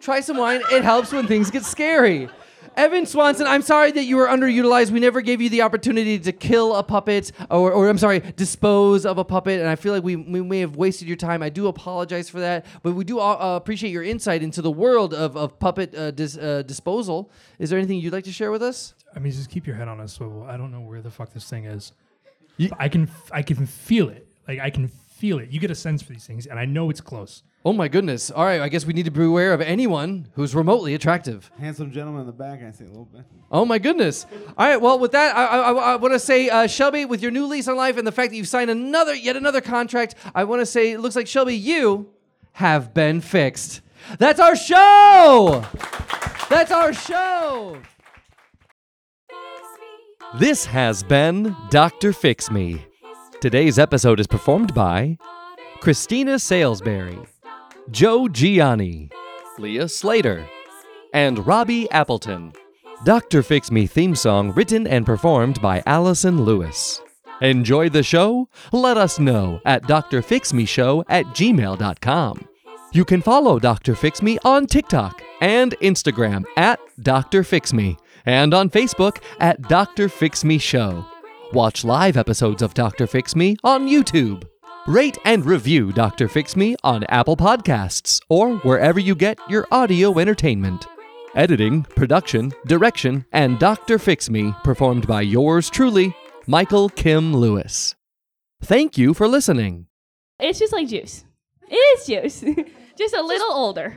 [SPEAKER 1] Try some wine. It helps when things get scary. Evan Swanson, I'm sorry that you were underutilized. We never gave you the opportunity to kill a puppet, or, or I'm sorry, dispose of a puppet. And I feel like we, we may have wasted your time. I do apologize for that. But we do all, uh, appreciate your insight into the world of, of puppet uh, dis, uh, disposal. Is there anything you'd like to share with us?
[SPEAKER 5] I mean, just keep your head on a swivel. I don't know where the fuck this thing is. But I can f- I can feel it. Like I can feel it. You get a sense for these things, and I know it's close.
[SPEAKER 1] Oh my goodness. All right, I guess we need to beware of anyone who's remotely attractive.
[SPEAKER 3] Handsome gentleman in the back. I see a little bit.
[SPEAKER 1] Oh my goodness! All right, well, with that, I, I, I- I want to say, uh, Shelby, with your new lease on life and the fact that you've signed another, yet another contract, I want to say, it looks like Shelby, you have been fixed. That's our show. That's our show. This has been Doctor Fix Me. Today's episode is performed by Christina Salisbury, Joe Gianni, Leah Slater and Robbie Appleton. Dr. Fix Me theme song written and performed by Allison Lewis. Enjoy the show? Let us know at drfixmeshow at gmail.com. You can follow Dr. Fix Me on TikTok and Instagram at Dr. Fix Me and on Facebook at Dr. Fix Me Show. Watch live episodes of Dr. Fix Me on YouTube. Rate and review Dr. Fix Me on Apple Podcasts or wherever you get your audio entertainment. Editing, production, direction, and Dr. Fix Me performed by yours truly, Michael Kim Lewis. Thank you for listening.
[SPEAKER 4] It's just like juice. It is juice, just a little older.